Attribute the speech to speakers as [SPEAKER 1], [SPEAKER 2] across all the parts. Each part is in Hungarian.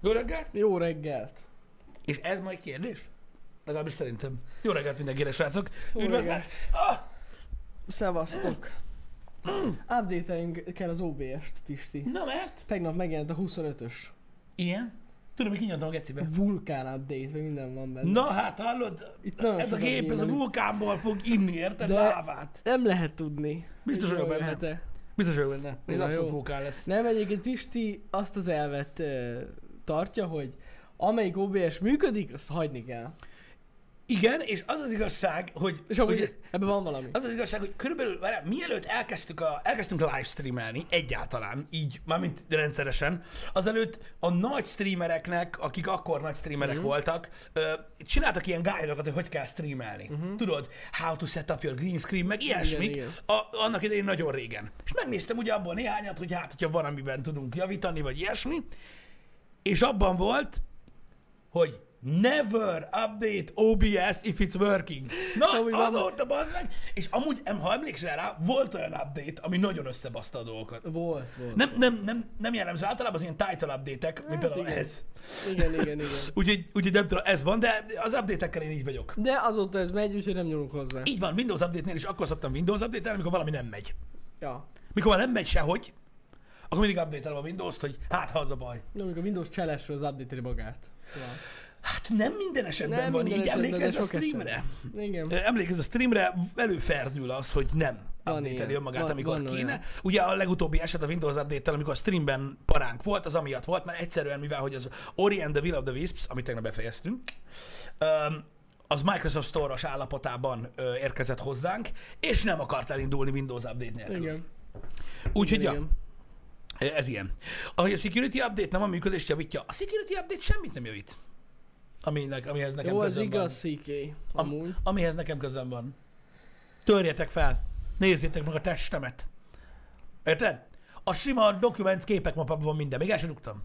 [SPEAKER 1] Jó reggelt!
[SPEAKER 2] Jó reggelt!
[SPEAKER 1] És ez majd kérdés? Legalábbis szerintem. Jó reggelt mindenkire, srácok!
[SPEAKER 2] Jó
[SPEAKER 1] Üdvözlet!
[SPEAKER 2] reggelt!
[SPEAKER 1] Ah,
[SPEAKER 2] Szevasztok! Update-elünk kell az OBS-t, Pisti.
[SPEAKER 1] na mert?
[SPEAKER 2] Tegnap megjelent a 25-ös.
[SPEAKER 1] Ilyen? Tudom, hogy kinyatom a gecibe.
[SPEAKER 2] Vulkán update, vagy minden van benne.
[SPEAKER 1] Na hát hallod,
[SPEAKER 2] Itt nagyon
[SPEAKER 1] ez a
[SPEAKER 2] sokat
[SPEAKER 1] gép, ez a
[SPEAKER 2] nyilván-
[SPEAKER 1] vulkánból fog inni, érted?
[SPEAKER 2] De-
[SPEAKER 1] Lávát.
[SPEAKER 2] Nem lehet tudni.
[SPEAKER 1] Biztos
[SPEAKER 2] hogy
[SPEAKER 1] vagyok
[SPEAKER 2] jól
[SPEAKER 1] benne.
[SPEAKER 2] jöhet-e.
[SPEAKER 1] hát- Biztos vagyok benne. Ez
[SPEAKER 2] Na,
[SPEAKER 1] abszolút
[SPEAKER 2] jó.
[SPEAKER 1] vulkán lesz.
[SPEAKER 2] Nem, egyébként Pisti azt az elvet ö, tartja, hogy amelyik OBS működik, azt hagyni kell.
[SPEAKER 1] Igen, és az az igazság, hogy...
[SPEAKER 2] És amúgy
[SPEAKER 1] hogy-
[SPEAKER 2] ebben van valami.
[SPEAKER 1] Az az igazság, hogy körülbelül várjál, mielőtt elkezdtük a, elkezdtünk livestreamelni egyáltalán, így, mármint rendszeresen, azelőtt a nagy streamereknek, akik akkor nagy streamerek
[SPEAKER 2] Mhm.
[SPEAKER 1] mm. voltak, ö, csináltak ilyen guide hogy hogy kell streamelni. Mm-hmm. Tudod, how to set up your green screen, meg ilyesmik,
[SPEAKER 2] Mhm. igen.
[SPEAKER 1] a, annak idején nagyon régen. És megnéztem ugye abból néhányat, hogy hát, hogyha van, amiben tudunk javítani, vagy ilyesmi, és abban volt, hogy never update OBS if it's working. Na,
[SPEAKER 2] Ami van-
[SPEAKER 1] azóta bazd meg! És amúgy, em, ha emlékszel rá, volt olyan update, ami nagyon összebaszta a dolgokat.
[SPEAKER 2] Volt, volt.
[SPEAKER 1] Nem, nem, nem, nem jellemző, általában az ilyen title update-ek, mint például
[SPEAKER 2] Hát igen.
[SPEAKER 1] ez.
[SPEAKER 2] Igen, igen, igen.
[SPEAKER 1] Úgyhogy, úgyhogy nem tudom, ez van, de az update-ekkel én így vagyok.
[SPEAKER 2] De azóta ez megy, úgyhogy nem nyúlunk hozzá.
[SPEAKER 1] Így van, Windows update-nél is akkor szoktam Windows update-elni, amikor valami nem megy.
[SPEAKER 2] Ja.
[SPEAKER 1] Mikor már nem megy sehogy, akkor mindig update-elem a Windows-t, hogy hát ha az a baj.
[SPEAKER 2] Nem, amikor Windows cselesről az update magát. Ja.
[SPEAKER 1] Hát nem minden esetben
[SPEAKER 2] Nem
[SPEAKER 1] van
[SPEAKER 2] minden
[SPEAKER 1] így,
[SPEAKER 2] esetben, de
[SPEAKER 1] emlékezz a
[SPEAKER 2] sok
[SPEAKER 1] streamre.
[SPEAKER 2] esetben. Igen.
[SPEAKER 1] Emlékezz a streamre, előferdül az, hogy nem
[SPEAKER 2] Van
[SPEAKER 1] update
[SPEAKER 2] ilyen.
[SPEAKER 1] önmagát,
[SPEAKER 2] Van-
[SPEAKER 1] amikor
[SPEAKER 2] van
[SPEAKER 1] kéne.
[SPEAKER 2] olyan.
[SPEAKER 1] Ugye a legutóbbi eset a Windows update amikor a streamben paránk volt, az amiatt volt, mert egyszerűen mivel, hogy az Ori and the Will of the Wisps, amit tegnap befejeztünk, öm, az Microsoft Store-os állapotában ö, érkezett hozzánk, és nem akart elindulni Windows update nélkül.
[SPEAKER 2] Igen.
[SPEAKER 1] Úgyhogy ja, e,
[SPEAKER 2] igen.
[SPEAKER 1] ez ilyen. Ahogy a security update nem a működést javítja, a security update semmit nem javít. Aminek, amihez nekem
[SPEAKER 2] Jó, az
[SPEAKER 1] közöm van.
[SPEAKER 2] igaz, CK. Amúgy.
[SPEAKER 1] Amihez nekem közöm van. Törjetek fel! Nézzétek meg a testemet! Érted? A sima documents képek mapában van minden, még el sem rúgtam.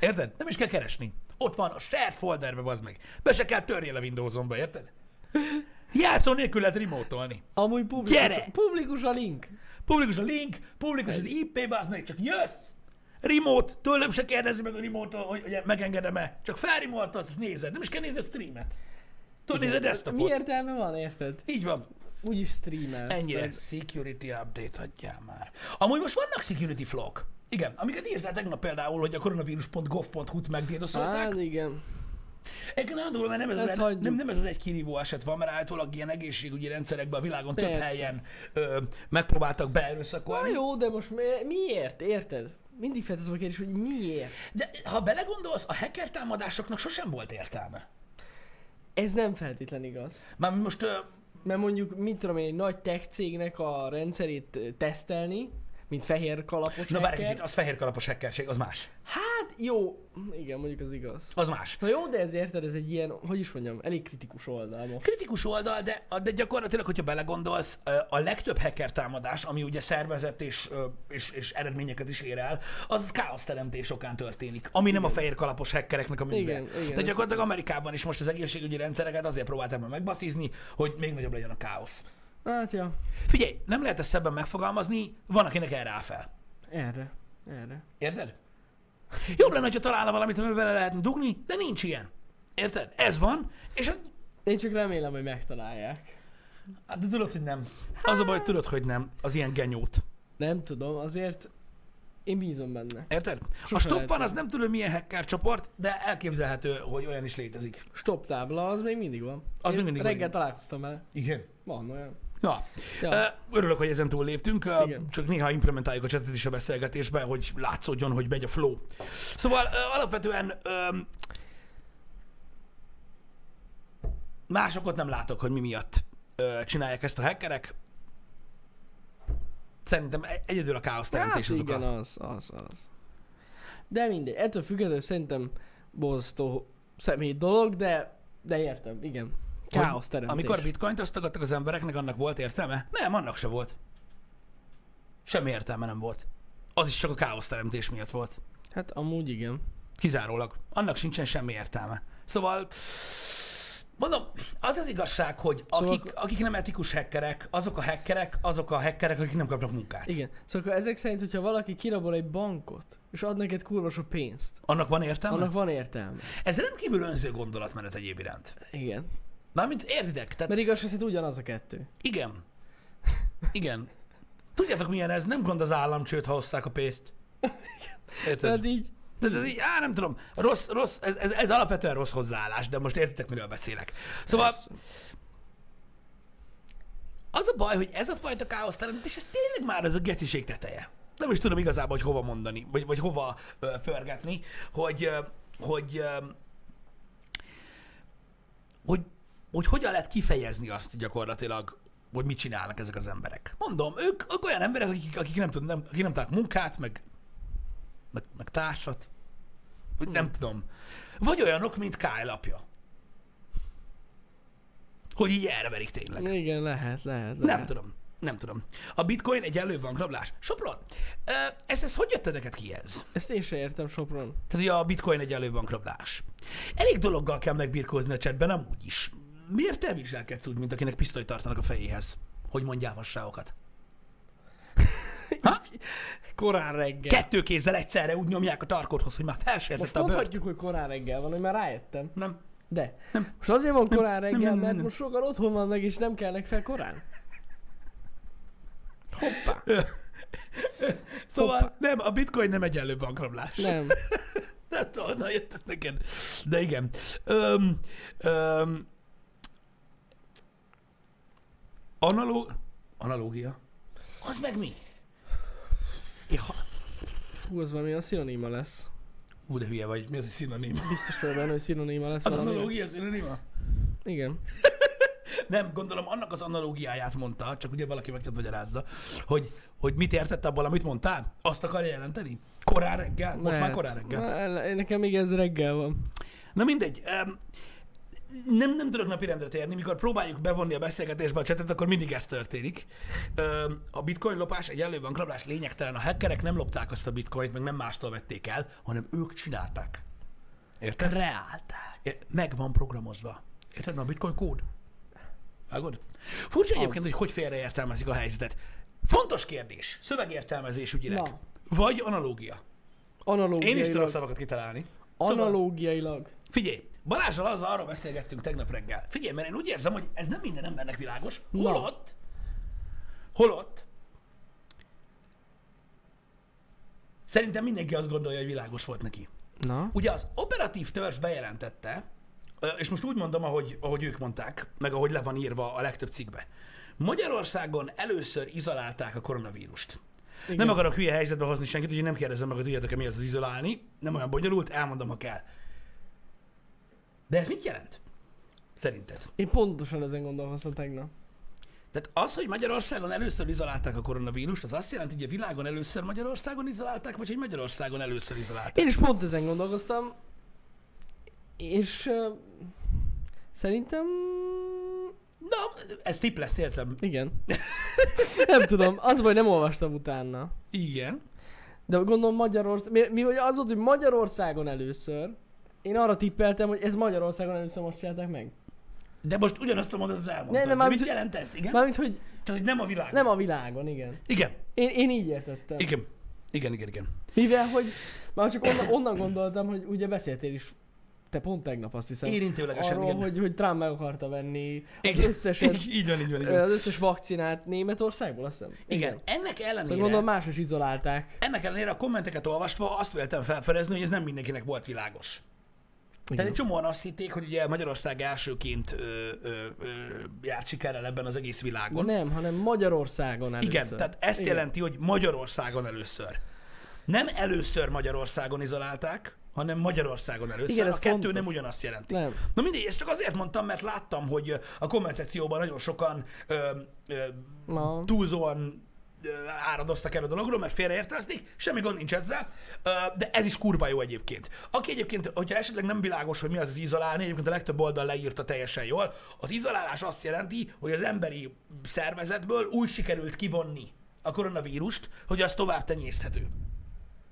[SPEAKER 1] Érted? Nem is kell keresni. Ott van a shared folderbe, bazd meg. Be se kell törjél a Windowsomba, érted? Játszó nélkül lehet remote-olni.
[SPEAKER 2] Amúgy publikus,
[SPEAKER 1] Gyere!
[SPEAKER 2] publikus a link.
[SPEAKER 1] Publikus a link, publikus az IP, bazd meg, csak jössz! Remote, tőlem se kérdezi meg a remote hogy hogy megengedem-e. Csak felrimoltasz, azt nézed. Nem is kell nézni a streamet. Tudod, nézed ezt a
[SPEAKER 2] Mi értelme van, érted?
[SPEAKER 1] Így van.
[SPEAKER 2] Úgyis streamelsz.
[SPEAKER 1] Ennyire.
[SPEAKER 2] tehát-
[SPEAKER 1] Security update adjál már. Amúgy most vannak security flok. Igen, amiket írtál tegnap például, hogy a koronavírus.gov.hu-t megdédoszolták.
[SPEAKER 2] Hát igen.
[SPEAKER 1] Egyébként nagyon durva, mert nem ez, az
[SPEAKER 2] Ezt
[SPEAKER 1] egy,
[SPEAKER 2] hagyjuk.
[SPEAKER 1] nem, nem ez az egy kirívó eset van, mert állítólag ilyen egészségügyi rendszerekben a világon több
[SPEAKER 2] Persze.
[SPEAKER 1] helyen ö, megpróbáltak
[SPEAKER 2] Na
[SPEAKER 1] beerőszakolni.
[SPEAKER 2] jó, de most mi- miért? Érted? Mindig felteszem a kérdés, hogy miért?
[SPEAKER 1] De ha belegondolsz, a hacker támadásoknak sosem volt értelme.
[SPEAKER 2] Ez nem feltétlen igaz.
[SPEAKER 1] Már most ö,
[SPEAKER 2] Mert mondjuk, mit tudom én, egy nagy tech cégnek a rendszerét ö, tesztelni, mint fehér kalapos
[SPEAKER 1] Na várj egy
[SPEAKER 2] hacker.
[SPEAKER 1] kicsit, az fehér kalapos hackerség, az más.
[SPEAKER 2] Hát jó, igen, mondjuk az igaz.
[SPEAKER 1] Az más.
[SPEAKER 2] Na jó, de ez érted, ez egy ilyen, hogy is mondjam, elég kritikus oldal most.
[SPEAKER 1] Kritikus oldal, de, de gyakorlatilag, hogyha belegondolsz, ö, a legtöbb hacker támadás, ami ugye szervezett és, ö, és, és eredményeket is ér el, az káoszteremtés okán történik, ami igen. nem a fehér kalapos hackereknek a műve.
[SPEAKER 2] Igen, igen,
[SPEAKER 1] de
[SPEAKER 2] ez
[SPEAKER 1] gyakorlatilag Amerikában is most az egészségügyi rendszereket azért próbálták meg megbaszízni, hogy még nagyobb legyen a káosz.
[SPEAKER 2] Hát ja,
[SPEAKER 1] Figyelj, nem lehet ezt szebben megfogalmazni, van, akinek erre áll fel.
[SPEAKER 2] erre, erre.
[SPEAKER 1] Érted? Jobb lenne, ha találna valamit, amivel bele lehetne dugni, de nincs ilyen. Érted? Ez van, és hát
[SPEAKER 2] Én csak remélem, hogy megtalálják.
[SPEAKER 1] Hát de tudod, hogy nem.
[SPEAKER 2] Hát.
[SPEAKER 1] Az a baj, hogy tudod, hogy nem. Az ilyen genyót.
[SPEAKER 2] Nem tudom, azért én bízom benne.
[SPEAKER 1] Érted? A
[SPEAKER 2] Sose
[SPEAKER 1] stop
[SPEAKER 2] lehet
[SPEAKER 1] van,
[SPEAKER 2] tudni.
[SPEAKER 1] az nem tudom milyen hacker csoport, de elképzelhető, hogy olyan is létezik.
[SPEAKER 2] Stop tábla, az még mindig van.
[SPEAKER 1] Az
[SPEAKER 2] Én
[SPEAKER 1] még mindig van,
[SPEAKER 2] reggel
[SPEAKER 1] igen.
[SPEAKER 2] találkoztam vele.
[SPEAKER 1] Igen.
[SPEAKER 2] Van olyan.
[SPEAKER 1] Na,
[SPEAKER 2] Ja.
[SPEAKER 1] ja. örülök, hogy ezen túl léptünk, Ö,
[SPEAKER 2] Igen.
[SPEAKER 1] csak néha implementáljuk a csetet is a beszélgetésbe, hogy látszódjon, hogy megy a flow. Szóval ö, alapvetően ö, másokat nem látok, hogy mi miatt ö, csinálják ezt a hackerek. Szerintem egy- egyedül a káosz teremtés
[SPEAKER 2] hát
[SPEAKER 1] az oka.
[SPEAKER 2] igen, az, az, az. De mindegy, ettől függetlenül szerintem borzasztó személy dolog, de, de értem, igen.
[SPEAKER 1] Hogy
[SPEAKER 2] Káosz teremtés.
[SPEAKER 1] Amikor bitcoint osztogattak az embereknek, annak volt értelme? Nem, annak se volt. Semmi értelme nem volt. Az is csak a káosz teremtés miatt volt.
[SPEAKER 2] Hát amúgy igen.
[SPEAKER 1] Kizárólag. Annak sincsen semmi értelme. Szóval Mondom, az az igazság, hogy
[SPEAKER 2] Szóval
[SPEAKER 1] akik,
[SPEAKER 2] akkor-
[SPEAKER 1] akik nem etikus hackerek, azok a hackerek, azok a hackerek, akik nem kapnak munkát.
[SPEAKER 2] Igen. Szóval akkor ezek szerint, hogyha valaki kirabol egy bankot, és ad neked kurva sok pénzt,
[SPEAKER 1] Annak van értelme?
[SPEAKER 2] annak van értelme.
[SPEAKER 1] Ez rendkívül önző gondolatmenet egyéb iránt.
[SPEAKER 2] Igen.
[SPEAKER 1] Mármint értitek? Tehát
[SPEAKER 2] Mert igaz, szerint ugyanaz a kettő.
[SPEAKER 1] igen. Igen. Tudjátok milyen ez? Nem gond az államcsőt, ha osszák a pénzt. Érted?
[SPEAKER 2] Tehát így,
[SPEAKER 1] Tehát ez így, á, nem tudom, rossz, rossz, ez, ez, ez alapvetően rossz hozzáállás, de most értitek, miről beszélek. Szóval az a baj, hogy ez a fajta káoszteremtés, ez tényleg már ez a geciség teteje. Nem is tudom igazából, hogy hova mondani, vagy, vagy hova ö, pörgetni, hogy, ö, hogy, ö, hogy, hogy hogyan lehet kifejezni azt gyakorlatilag, hogy mit csinálnak ezek az emberek. Mondom, ők, ők olyan emberek, akik, akik nem tudnak, nem, akik nem tudnak munkát, meg, meg, meg társat, vagy nem tudom. Vagy olyanok, mint Kyle apja. Hogy így elverik tényleg.
[SPEAKER 2] igen, lehet, lehet, lehet.
[SPEAKER 1] Nem tudom. Nem tudom. A bitcoin egy előbankrablás. Sopron, ö, ez, ez hogy jött neked ki ez?
[SPEAKER 2] Ezt én se értem Sopron.
[SPEAKER 1] Tehát ugye a bitcoin egy előbankrablás. Elég dologgal kell megbirkózni a csetben, amúgy is. Miért te viselkedsz úgy, mint akinek pisztolyt tartanak a fejéhez? Hogy mondjál vasságokat?
[SPEAKER 2] Korán reggel.
[SPEAKER 1] Kettő kézzel egyszerre úgy nyomják a tarkodhoz, hogy már
[SPEAKER 2] Most
[SPEAKER 1] felsértette a bőrt.
[SPEAKER 2] mondhatjuk, hogy korán reggel van, hogy már rájöttem.
[SPEAKER 1] Nem.
[SPEAKER 2] De. Nem. Most azért van korán reggel,
[SPEAKER 1] nem, nem,
[SPEAKER 2] mert
[SPEAKER 1] nem.
[SPEAKER 2] most sokan otthon vannak, és nem kellnek fel korán. Hoppá.
[SPEAKER 1] Szóval
[SPEAKER 2] Hoppá.
[SPEAKER 1] nem, a bitcoin nem egy előbankrablás.
[SPEAKER 2] Nem.
[SPEAKER 1] Hát onnan jött ez neked. De igen. Öm, öm, analóg... Analógia? Az meg mi? Ja,
[SPEAKER 2] Hú, az valami a szinoníma lesz.
[SPEAKER 1] ú, de hülye vagy. Mi az, hogy szinoníma?
[SPEAKER 2] Biztos vagyok benne, hogy szinoníma lesz
[SPEAKER 1] Az
[SPEAKER 2] valami.
[SPEAKER 1] analógia szinoníma?
[SPEAKER 2] Igen.
[SPEAKER 1] Nem, gondolom annak az analógiáját mondta, csak ugye valaki meg kell magyarázza, hogy, hogy mit értett abból, amit mondtál? Azt akarja jelenteni? Korán reggel? Most már
[SPEAKER 2] Lehet.
[SPEAKER 1] korán reggel.
[SPEAKER 2] Na, nekem még ez reggel van.
[SPEAKER 1] Na mindegy. em, Nem, nem tudok napirendre térni, mikor próbáljuk bevonni a beszélgetésbe a csetet, akkor mindig ez történik. Öm, A bitcoin lopás egy előban rablás lényegtelen. A hackerek nem lopták azt a bitcoint, meg nem mástól vették el, hanem ők csinálták. Érted?
[SPEAKER 2] Kreálták.
[SPEAKER 1] É, Meg van programozva. Érted? Van A bitcoin kód. Vágod? Furcsa egyébként, hogy hogy félreértelmezik a helyzetet. Fontos kérdés. Szövegértelmezés ügyileg.
[SPEAKER 2] Na.
[SPEAKER 1] Vagy analógia. Én
[SPEAKER 2] Analógiailag.
[SPEAKER 1] is tudok szavakat kitalálni. Szóval-
[SPEAKER 2] Analógiailag.
[SPEAKER 1] Figyelj, Balázsral azzal arról beszélgettünk tegnap reggel. Figyelj, mert én úgy érzem, hogy ez nem minden embernek világos.
[SPEAKER 2] Na.
[SPEAKER 1] Holott, holott, szerintem mindenki azt gondolja, hogy világos volt neki.
[SPEAKER 2] Na?
[SPEAKER 1] Ugye az operatív törzs bejelentette, ö, és most úgy mondom, ahogy, ahogy ők mondták, meg ahogy le van írva a legtöbb cikkbe. Magyarországon először izolálták a koronavírust. Igen. Nem akarok hülye helyzetbe hozni senkit, úgyhogy nem kérdezem meg, hogy tudjátok-e mi az az izolálni. Nem olyan bonyolult, elmondom, ha kell. De ez mit jelent? Szerinted?
[SPEAKER 2] Én pontosan ezen gondolkoztam tegnap.
[SPEAKER 1] Tehát az, hogy Magyarországon először izolálták a koronavírust, az azt jelenti, hogy a világon először Magyarországon izolálták, vagy hogy Magyarországon először izolálták.
[SPEAKER 2] Én is pont ezen gondolkoztam, és uh, szerintem
[SPEAKER 1] Na, ez tip lesz, értem.
[SPEAKER 2] igen. nem tudom, az baj, nem olvastam utána.
[SPEAKER 1] Igen.
[SPEAKER 2] De gondolom Magyarország, mi, mi hogy az volt, hogy Magyarországon először, én arra tippeltem, hogy ez Magyarországon először most csinálták meg. de
[SPEAKER 1] De most ugyanazt a mondatot elmondtad.
[SPEAKER 2] Ne,
[SPEAKER 1] Ne,
[SPEAKER 2] nem,
[SPEAKER 1] nem,
[SPEAKER 2] már
[SPEAKER 1] de mit
[SPEAKER 2] mit-
[SPEAKER 1] jelent ez? Igen?
[SPEAKER 2] Mármint, hogy
[SPEAKER 1] Tehát, hogy nem a világ.
[SPEAKER 2] nem a világon, igen.
[SPEAKER 1] Igen.
[SPEAKER 2] Én, én így értettem.
[SPEAKER 1] Igen. Igen, igen, igen.
[SPEAKER 2] Mivel, hogy már csak onnan, onnan gondoltam, hogy ugye beszéltél is te pont tegnap azt hiszem.
[SPEAKER 1] Érintőlegesen,
[SPEAKER 2] arról,
[SPEAKER 1] igen.
[SPEAKER 2] hogy, hogy Trump meg akarta venni az
[SPEAKER 1] igen.
[SPEAKER 2] összeset,
[SPEAKER 1] Így- Így van, így van, így van.
[SPEAKER 2] az összes vakcinát Németországból, azt hiszem.
[SPEAKER 1] Igen. Ennek
[SPEAKER 2] Szóval
[SPEAKER 1] ellenére,
[SPEAKER 2] gondolom más is izolálták.
[SPEAKER 1] ennek ellenére a kommenteket olvasva azt véltem felfedezni, hogy ez nem mindenkinek volt világos. Tehát
[SPEAKER 2] Igen.
[SPEAKER 1] egy csomóan azt hitték, hogy ugye Magyarország elsőként ö, ö, ö, járt sikerrel ebben az egész világon.
[SPEAKER 2] Nem, hanem Magyarországon először.
[SPEAKER 1] Igen, tehát ezt Igen. jelenti, hogy Magyarországon először. Nem először Magyarországon izolálták, hanem Magyarországon először.
[SPEAKER 2] Igen,
[SPEAKER 1] Igen,
[SPEAKER 2] ez
[SPEAKER 1] a kettő
[SPEAKER 2] fontos.
[SPEAKER 1] nem ugyanazt jelenti.
[SPEAKER 2] Nem.
[SPEAKER 1] Na mindegy, ezt csak azért mondtam, mert láttam, hogy a komment szekcióban nagyon sokan ö, ö,
[SPEAKER 2] Ma...
[SPEAKER 1] túlzóan ö, áradoztak el a dologról, mert félreértelezték, semmi gond nincs ezzel, ö, de ez is kurva jó egyébként. Aki egyébként, hogyha esetleg nem világos, hogy mi az az izolálni, egyébként a legtöbb oldal leírta teljesen jól, az izolálás azt jelenti, hogy az emberi szervezetből úgy sikerült kivonni a koronavírust, hogy az tovább tenyészthető.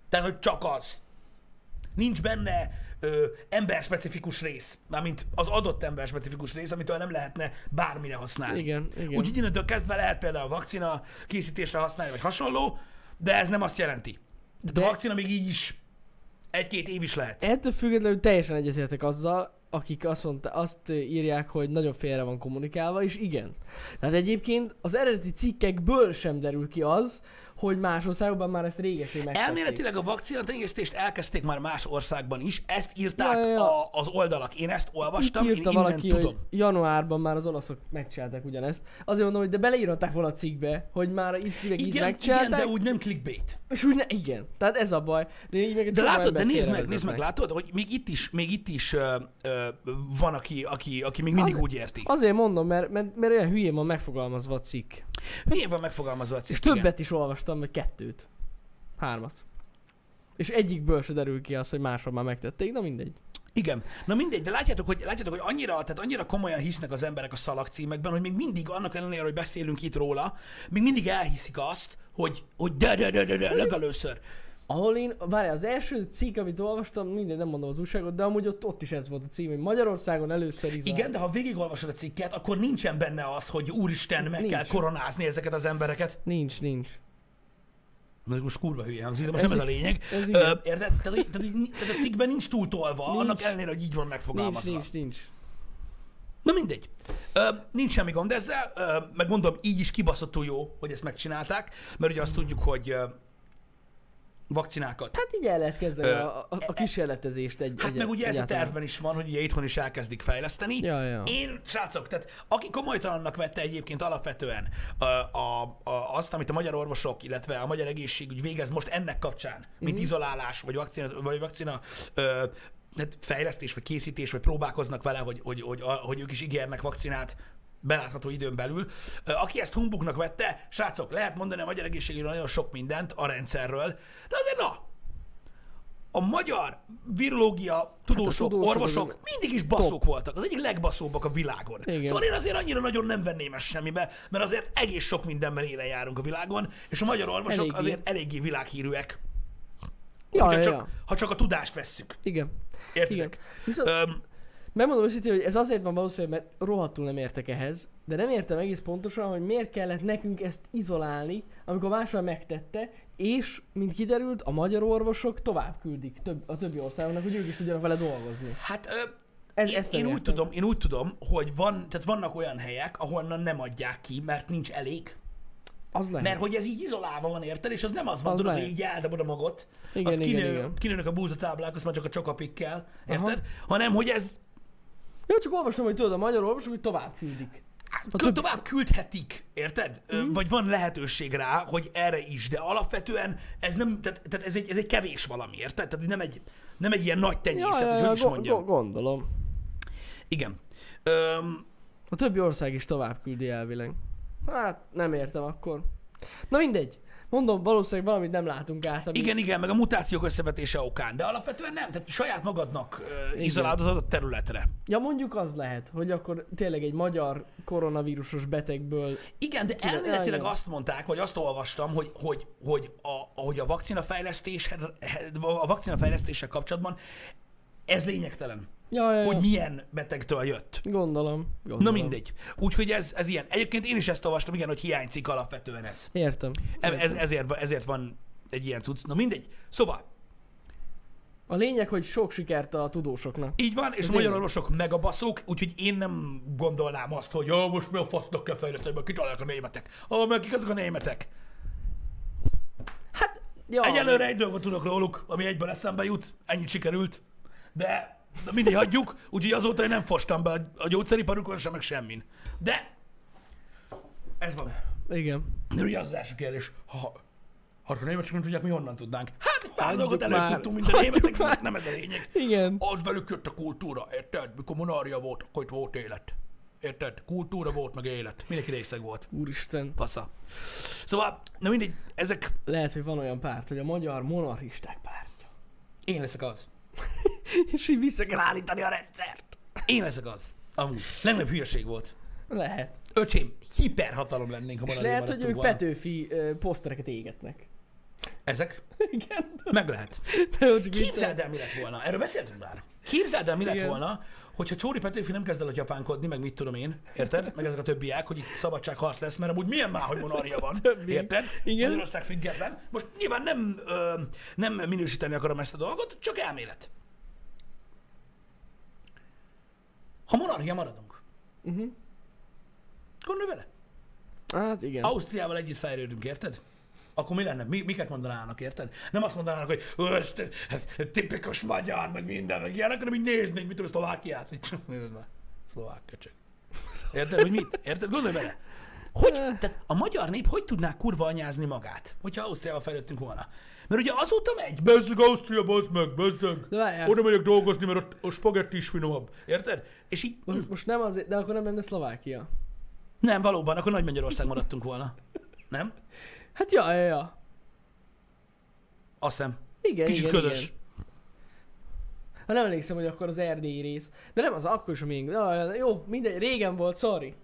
[SPEAKER 1] Tehát, hogy csak az. Nincs benne ö, emberspecifikus rész, mármint az adott emberspecifikus rész, amit olyan nem lehetne bármire használni.
[SPEAKER 2] Igen, igen.
[SPEAKER 1] Úgyhogy innentől kezdve lehet például a vakcina készítésre használni, vagy hasonló, de ez nem azt jelenti. De, de...
[SPEAKER 2] De-
[SPEAKER 1] a vakcina még így is egy-két év is lehet.
[SPEAKER 2] Ettől függetlenül teljesen egyetértek azzal, akik azt, mondta, azt írják, hogy nagyon félre van kommunikálva, és igen. Tehát egyébként az eredeti cikkekből sem derül ki az, hogy más országokban már ezt régesen megtették.
[SPEAKER 1] Elméletileg a vakcinatenyésztést elkezdték már más országban is, ezt írták ja,
[SPEAKER 2] Ja,
[SPEAKER 1] ja,
[SPEAKER 2] ja, ja.
[SPEAKER 1] A, az oldalak. Én ezt olvastam,
[SPEAKER 2] Itt
[SPEAKER 1] én
[SPEAKER 2] írta
[SPEAKER 1] innen
[SPEAKER 2] valaki,
[SPEAKER 1] tudom.
[SPEAKER 2] hogy januárban már az olaszok megcsinálták ugyanezt. Azért mondom, hogy de beleírták volna a cikkbe, hogy már itt meg itt
[SPEAKER 1] Igen, igen,
[SPEAKER 2] megcsinálták,
[SPEAKER 1] de úgy nem clickbait.
[SPEAKER 2] és úgy ne, igen. Tehát ez a baj. De, így meg
[SPEAKER 1] De látod, de nézd meg, nézd meg, látod, hogy még itt is, még itt is ö, ö, van, aki, aki, aki még mindig
[SPEAKER 2] Az-
[SPEAKER 1] úgy érti.
[SPEAKER 2] Azért mondom, mert, mert, mert olyan hülyén van megfogalmazva a cikk.
[SPEAKER 1] Miért van megfogalmazva a cikk?
[SPEAKER 2] És
[SPEAKER 1] igen.
[SPEAKER 2] többet is olvastam, meg kettőt. Hármat. És egyikből se derül ki az, hogy máshol már megtették, na mindegy.
[SPEAKER 1] Igen. Na mindegy, de látjátok, hogy, látjátok, hogy annyira, tehát annyira komolyan hisznek az emberek a szalagcímekben, hogy még mindig annak ellenére, hogy beszélünk itt róla, még mindig elhiszik azt, hogy, hogy de, de, de, de, de legelőször.
[SPEAKER 2] Ahol én, várjál, az első cikk, amit olvastam, mindegy, nem mondom az újságot, de amúgy ott, ott is ez volt a cím, hogy Magyarországon először izé- is.
[SPEAKER 1] Igen, de ha végigolvasod a cikket, akkor nincsen benne az, hogy úristen, meg
[SPEAKER 2] Nincs.
[SPEAKER 1] kell koronázni ezeket az embereket.
[SPEAKER 2] Nincs, nincs.
[SPEAKER 1] Na, most kurva hülye hangzik, de most
[SPEAKER 2] Ez
[SPEAKER 1] nem ez a
[SPEAKER 2] i-
[SPEAKER 1] lényeg.
[SPEAKER 2] ez
[SPEAKER 1] Ö,
[SPEAKER 2] igen.
[SPEAKER 1] érted? Tehát, hogy- tehát, hogy- tehát a cikkben nincs túltolva,
[SPEAKER 2] Nincs.
[SPEAKER 1] annak ellenére, hogy így van
[SPEAKER 2] Nincs,
[SPEAKER 1] megfogalmazva.
[SPEAKER 2] nincs, nincs.
[SPEAKER 1] Na mindegy. Ö, nincs semmi gond ezzel, ö, meg mondom, így is kibaszottul jó, hogy ezt megcsinálták, mert ugye azt tudjuk, hogy ö, vakcinákat.
[SPEAKER 2] Hát így el lehet kezdeni
[SPEAKER 1] Ö,
[SPEAKER 2] a, a, a kísérletezést egy
[SPEAKER 1] Hát
[SPEAKER 2] egy,
[SPEAKER 1] meg ugye ez a
[SPEAKER 2] egyáltalán.
[SPEAKER 1] tervben is van, hogy ugye itthon is elkezdik fejleszteni.
[SPEAKER 2] Ja, ja.
[SPEAKER 1] Én, srácok, tehát aki komolytalannak vette egyébként alapvetően a, a, a, azt, amit a magyar orvosok, illetve a magyar egészségügy végez most ennek kapcsán, mint
[SPEAKER 2] Mhm.
[SPEAKER 1] mm-hmm. izolálás, vagy vakcina, vagy vakcina ö, hát fejlesztés, vagy készítés, vagy próbálkoznak vele, hogy, hogy, hogy, a, hogy ők is ígérnek vakcinát belátható időn belül. Ö, Aki ezt humbugnak vette, srácok, lehet mondani a magyar egészségügyről nagyon sok mindent a rendszerről, de azért na, a magyar virológia tudósok,
[SPEAKER 2] Hát tudósok
[SPEAKER 1] orvosok
[SPEAKER 2] azok
[SPEAKER 1] mindig is baszók voltak. Az egyik legbaszóbbak a világon.
[SPEAKER 2] Igen.
[SPEAKER 1] Szóval én azért annyira nagyon nem venném ezt semmibe, mert azért egész sok mindenben élen járunk a világon, és a magyar orvosok
[SPEAKER 2] Eléggé.
[SPEAKER 1] eléggé. azért eléggé világhírűek.
[SPEAKER 2] Ja,
[SPEAKER 1] hogyha
[SPEAKER 2] ja,
[SPEAKER 1] csak,
[SPEAKER 2] ja.
[SPEAKER 1] ha csak a tudást vesszük.
[SPEAKER 2] Igen. Igen.
[SPEAKER 1] Értitek?
[SPEAKER 2] Viszont
[SPEAKER 1] Öm,
[SPEAKER 2] Megmondom őszintén, hogy ez azért van valószínűleg, mert rohadtul nem értek ehhez, de nem értem egész pontosan, hogy miért kellett nekünk ezt izolálni, amikor máshol megtette, és, mint kiderült, a magyar orvosok tovább küldik több, a többi országnak, hogy ők is tudjanak vele dolgozni.
[SPEAKER 1] hát ö,
[SPEAKER 2] Ez,
[SPEAKER 1] Én,
[SPEAKER 2] ezt nem
[SPEAKER 1] én úgy
[SPEAKER 2] értem.
[SPEAKER 1] tudom, én úgy tudom, hogy van, tehát vannak olyan helyek, ahonnan nem adják ki, mert nincs elég.
[SPEAKER 2] Az lehet.
[SPEAKER 1] Mert hogy ez így izolálva van, érted? És az nem az van,
[SPEAKER 2] Az
[SPEAKER 1] tudod, hogy
[SPEAKER 2] lehet.
[SPEAKER 1] így eldobod a magot,
[SPEAKER 2] Igen,
[SPEAKER 1] azt
[SPEAKER 2] igen,
[SPEAKER 1] kinő,
[SPEAKER 2] igen.
[SPEAKER 1] kinőnek a búzatáblák, azt már csak a csokapikkel, érted?
[SPEAKER 2] Aha.
[SPEAKER 1] Hanem, hogy ez
[SPEAKER 2] Jó, csak olvastam, hogy tudod, a magyar orvosok, hogy tovább küldik.
[SPEAKER 1] hát,
[SPEAKER 2] többi- Mhm.
[SPEAKER 1] tovább küldhetik, érted? Mm. Vagy van lehetőség rá, hogy erre is, de alapvetően ez nem, tehát, tehát ez, egy, ez egy kevés valami, érted? Tehát nem egy, nem egy ilyen nagy tenyészet, hogy hogy is
[SPEAKER 2] go-
[SPEAKER 1] mondjam.
[SPEAKER 2] go- gondolom.
[SPEAKER 1] Igen. Öm,
[SPEAKER 2] A többi ország is tovább küldi elvileg. Hát, nem értem akkor. Na mindegy. Mondom, valószínűleg valamit nem látunk át, ami
[SPEAKER 1] Igen, igen, meg a mutációk összevetése okán, de alapvetően nem, tehát saját magadnak uh, izolálod az adott területre.
[SPEAKER 2] Ja, mondjuk az lehet, hogy akkor tényleg egy magyar koronavírusos betegből...
[SPEAKER 1] Igen, de
[SPEAKER 2] Kire- Ja,
[SPEAKER 1] elméletileg
[SPEAKER 2] igen.
[SPEAKER 1] azt mondták, vagy azt olvastam, hogy, hogy, hogy a, hogy a vakcinafejlesztés, a vakcinafejlesztéssel kapcsolatban ez lényegtelen,
[SPEAKER 2] Ja, ja, ja.
[SPEAKER 1] hogy milyen betegtől jött.
[SPEAKER 2] Gondolom, gondolom.
[SPEAKER 1] Na mindegy. Úgyhogy ez, ez ilyen. Egyébként én is ezt olvastam, igen, hogy hiányzik alapvetően ez.
[SPEAKER 2] Értem.
[SPEAKER 1] E-
[SPEAKER 2] értem.
[SPEAKER 1] ez ezért, ezért van egy ilyen cucc. Na mindegy. Szóval,
[SPEAKER 2] A lényeg, hogy sok sikert a tudósoknak.
[SPEAKER 1] Így van, és
[SPEAKER 2] Ez
[SPEAKER 1] a magyar
[SPEAKER 2] így.
[SPEAKER 1] orvosok meg a baszók, úgyhogy én nem gondolnám azt, hogy "Ó, most mi a fasznak kell fejleszteni, mert kitalálják a németek. Ó, mert kik azok a németek?
[SPEAKER 2] Hát, ja.
[SPEAKER 1] Egyelőre egy dolgot tudok róluk, ami egyben eszembe jut, ennyit sikerült, de de mindig hagyjuk, úgyhogy azóta én nem fostam be a- a gyógyszeriparukon sem, meg semmin. De ez van.
[SPEAKER 2] Igen.
[SPEAKER 1] De ugye az az első kérdés, ha, ha a németek nem tudják, mi honnan tudnánk? Hát egy pár
[SPEAKER 2] Hagyjuk
[SPEAKER 1] dolgot előbb
[SPEAKER 2] már.
[SPEAKER 1] tudtunk, mint a
[SPEAKER 2] Hagyjuk
[SPEAKER 1] németek,
[SPEAKER 2] már.
[SPEAKER 1] mert nem ez a lényeg.
[SPEAKER 2] Igen.
[SPEAKER 1] Az velük jött a kultúra, érted? Mikor monária volt, akkor itt volt élet. Érted? Kultúra volt, meg élet. Mindenki részeg volt.
[SPEAKER 2] Úristen.
[SPEAKER 1] Fasza. Szóval, na mindegy, ezek...
[SPEAKER 2] Lehet, hogy van olyan párt, hogy a magyar monarchisták pártja.
[SPEAKER 1] Én leszek az.
[SPEAKER 2] És így vissza kell állítani a rendszert.
[SPEAKER 1] Én leszek az. Amúgy. Legnagyobb hülyeség volt.
[SPEAKER 2] Lehet.
[SPEAKER 1] Öcsém, hiperhatalom lennénk, ha
[SPEAKER 2] És
[SPEAKER 1] monária
[SPEAKER 2] lehet, hogy
[SPEAKER 1] maradtunk
[SPEAKER 2] ők
[SPEAKER 1] volna.
[SPEAKER 2] Petőfi ö, posztereket égetnek.
[SPEAKER 1] Ezek
[SPEAKER 2] Igen.
[SPEAKER 1] meg lehet.
[SPEAKER 2] De jó, csak viccel.
[SPEAKER 1] Képzeld el, mi lett volna. Erről beszéltünk már. Képzeld el, mi lett
[SPEAKER 2] Igen.
[SPEAKER 1] volna, hogyha Csóri Petőfi nem kezd el a japánkodni, meg mit tudom én, érted? Meg ezek a többiek, hogy itt szabadságharc lesz, mert amúgy milyen már, hogy monarja van,
[SPEAKER 2] többi.
[SPEAKER 1] érted?
[SPEAKER 2] Igen.
[SPEAKER 1] Magyarország független. Most nyilván nem, ö, nem minősíteni akarom ezt a dolgot, csak elmélet. Ha monarchia maradunk,
[SPEAKER 2] Mhm.
[SPEAKER 1] gondolj bele.
[SPEAKER 2] Hát igen.
[SPEAKER 1] Ausztriával együtt fejlődünk, érted? Akkor mi lenne? Mi, miket mondanának, érted? Nem azt mondanának, hogy "Ö, ez, ez tipikus magyar, meg minden, meg ilyenek, hanem így néznék, mit tudom, Szlovákiát. Így csak nézd már. Szlovák köcsög. Érted, hogy mit? Érted? Gondolj bele. Hogy, tehát a magyar nép hogy tudná kurva anyázni magát, hogyha Ausztriával fejlődtünk volna? Mert ugye azóta megy, bezzeg Ausztria, bazd meg, bezzeg.
[SPEAKER 2] De várjál.
[SPEAKER 1] Oda megyek dolgozni, mert ott a spagetti is finomabb. Érted? És így,
[SPEAKER 2] Most, most nem azért, de akkor nem lenne Szlovákia.
[SPEAKER 1] nem, valóban, akkor Nagy Magyarország maradtunk volna. Nem?
[SPEAKER 2] Hát ja, ja, ja.
[SPEAKER 1] Azt hiszem.
[SPEAKER 2] Igen,
[SPEAKER 1] Kicsit
[SPEAKER 2] igen,
[SPEAKER 1] ködös.
[SPEAKER 2] Igen. Hát nem emlékszem, hogy akkor az erdélyi rész. De nem az akkor is a miénk. Na, jó, mindegy, régen volt, sorry.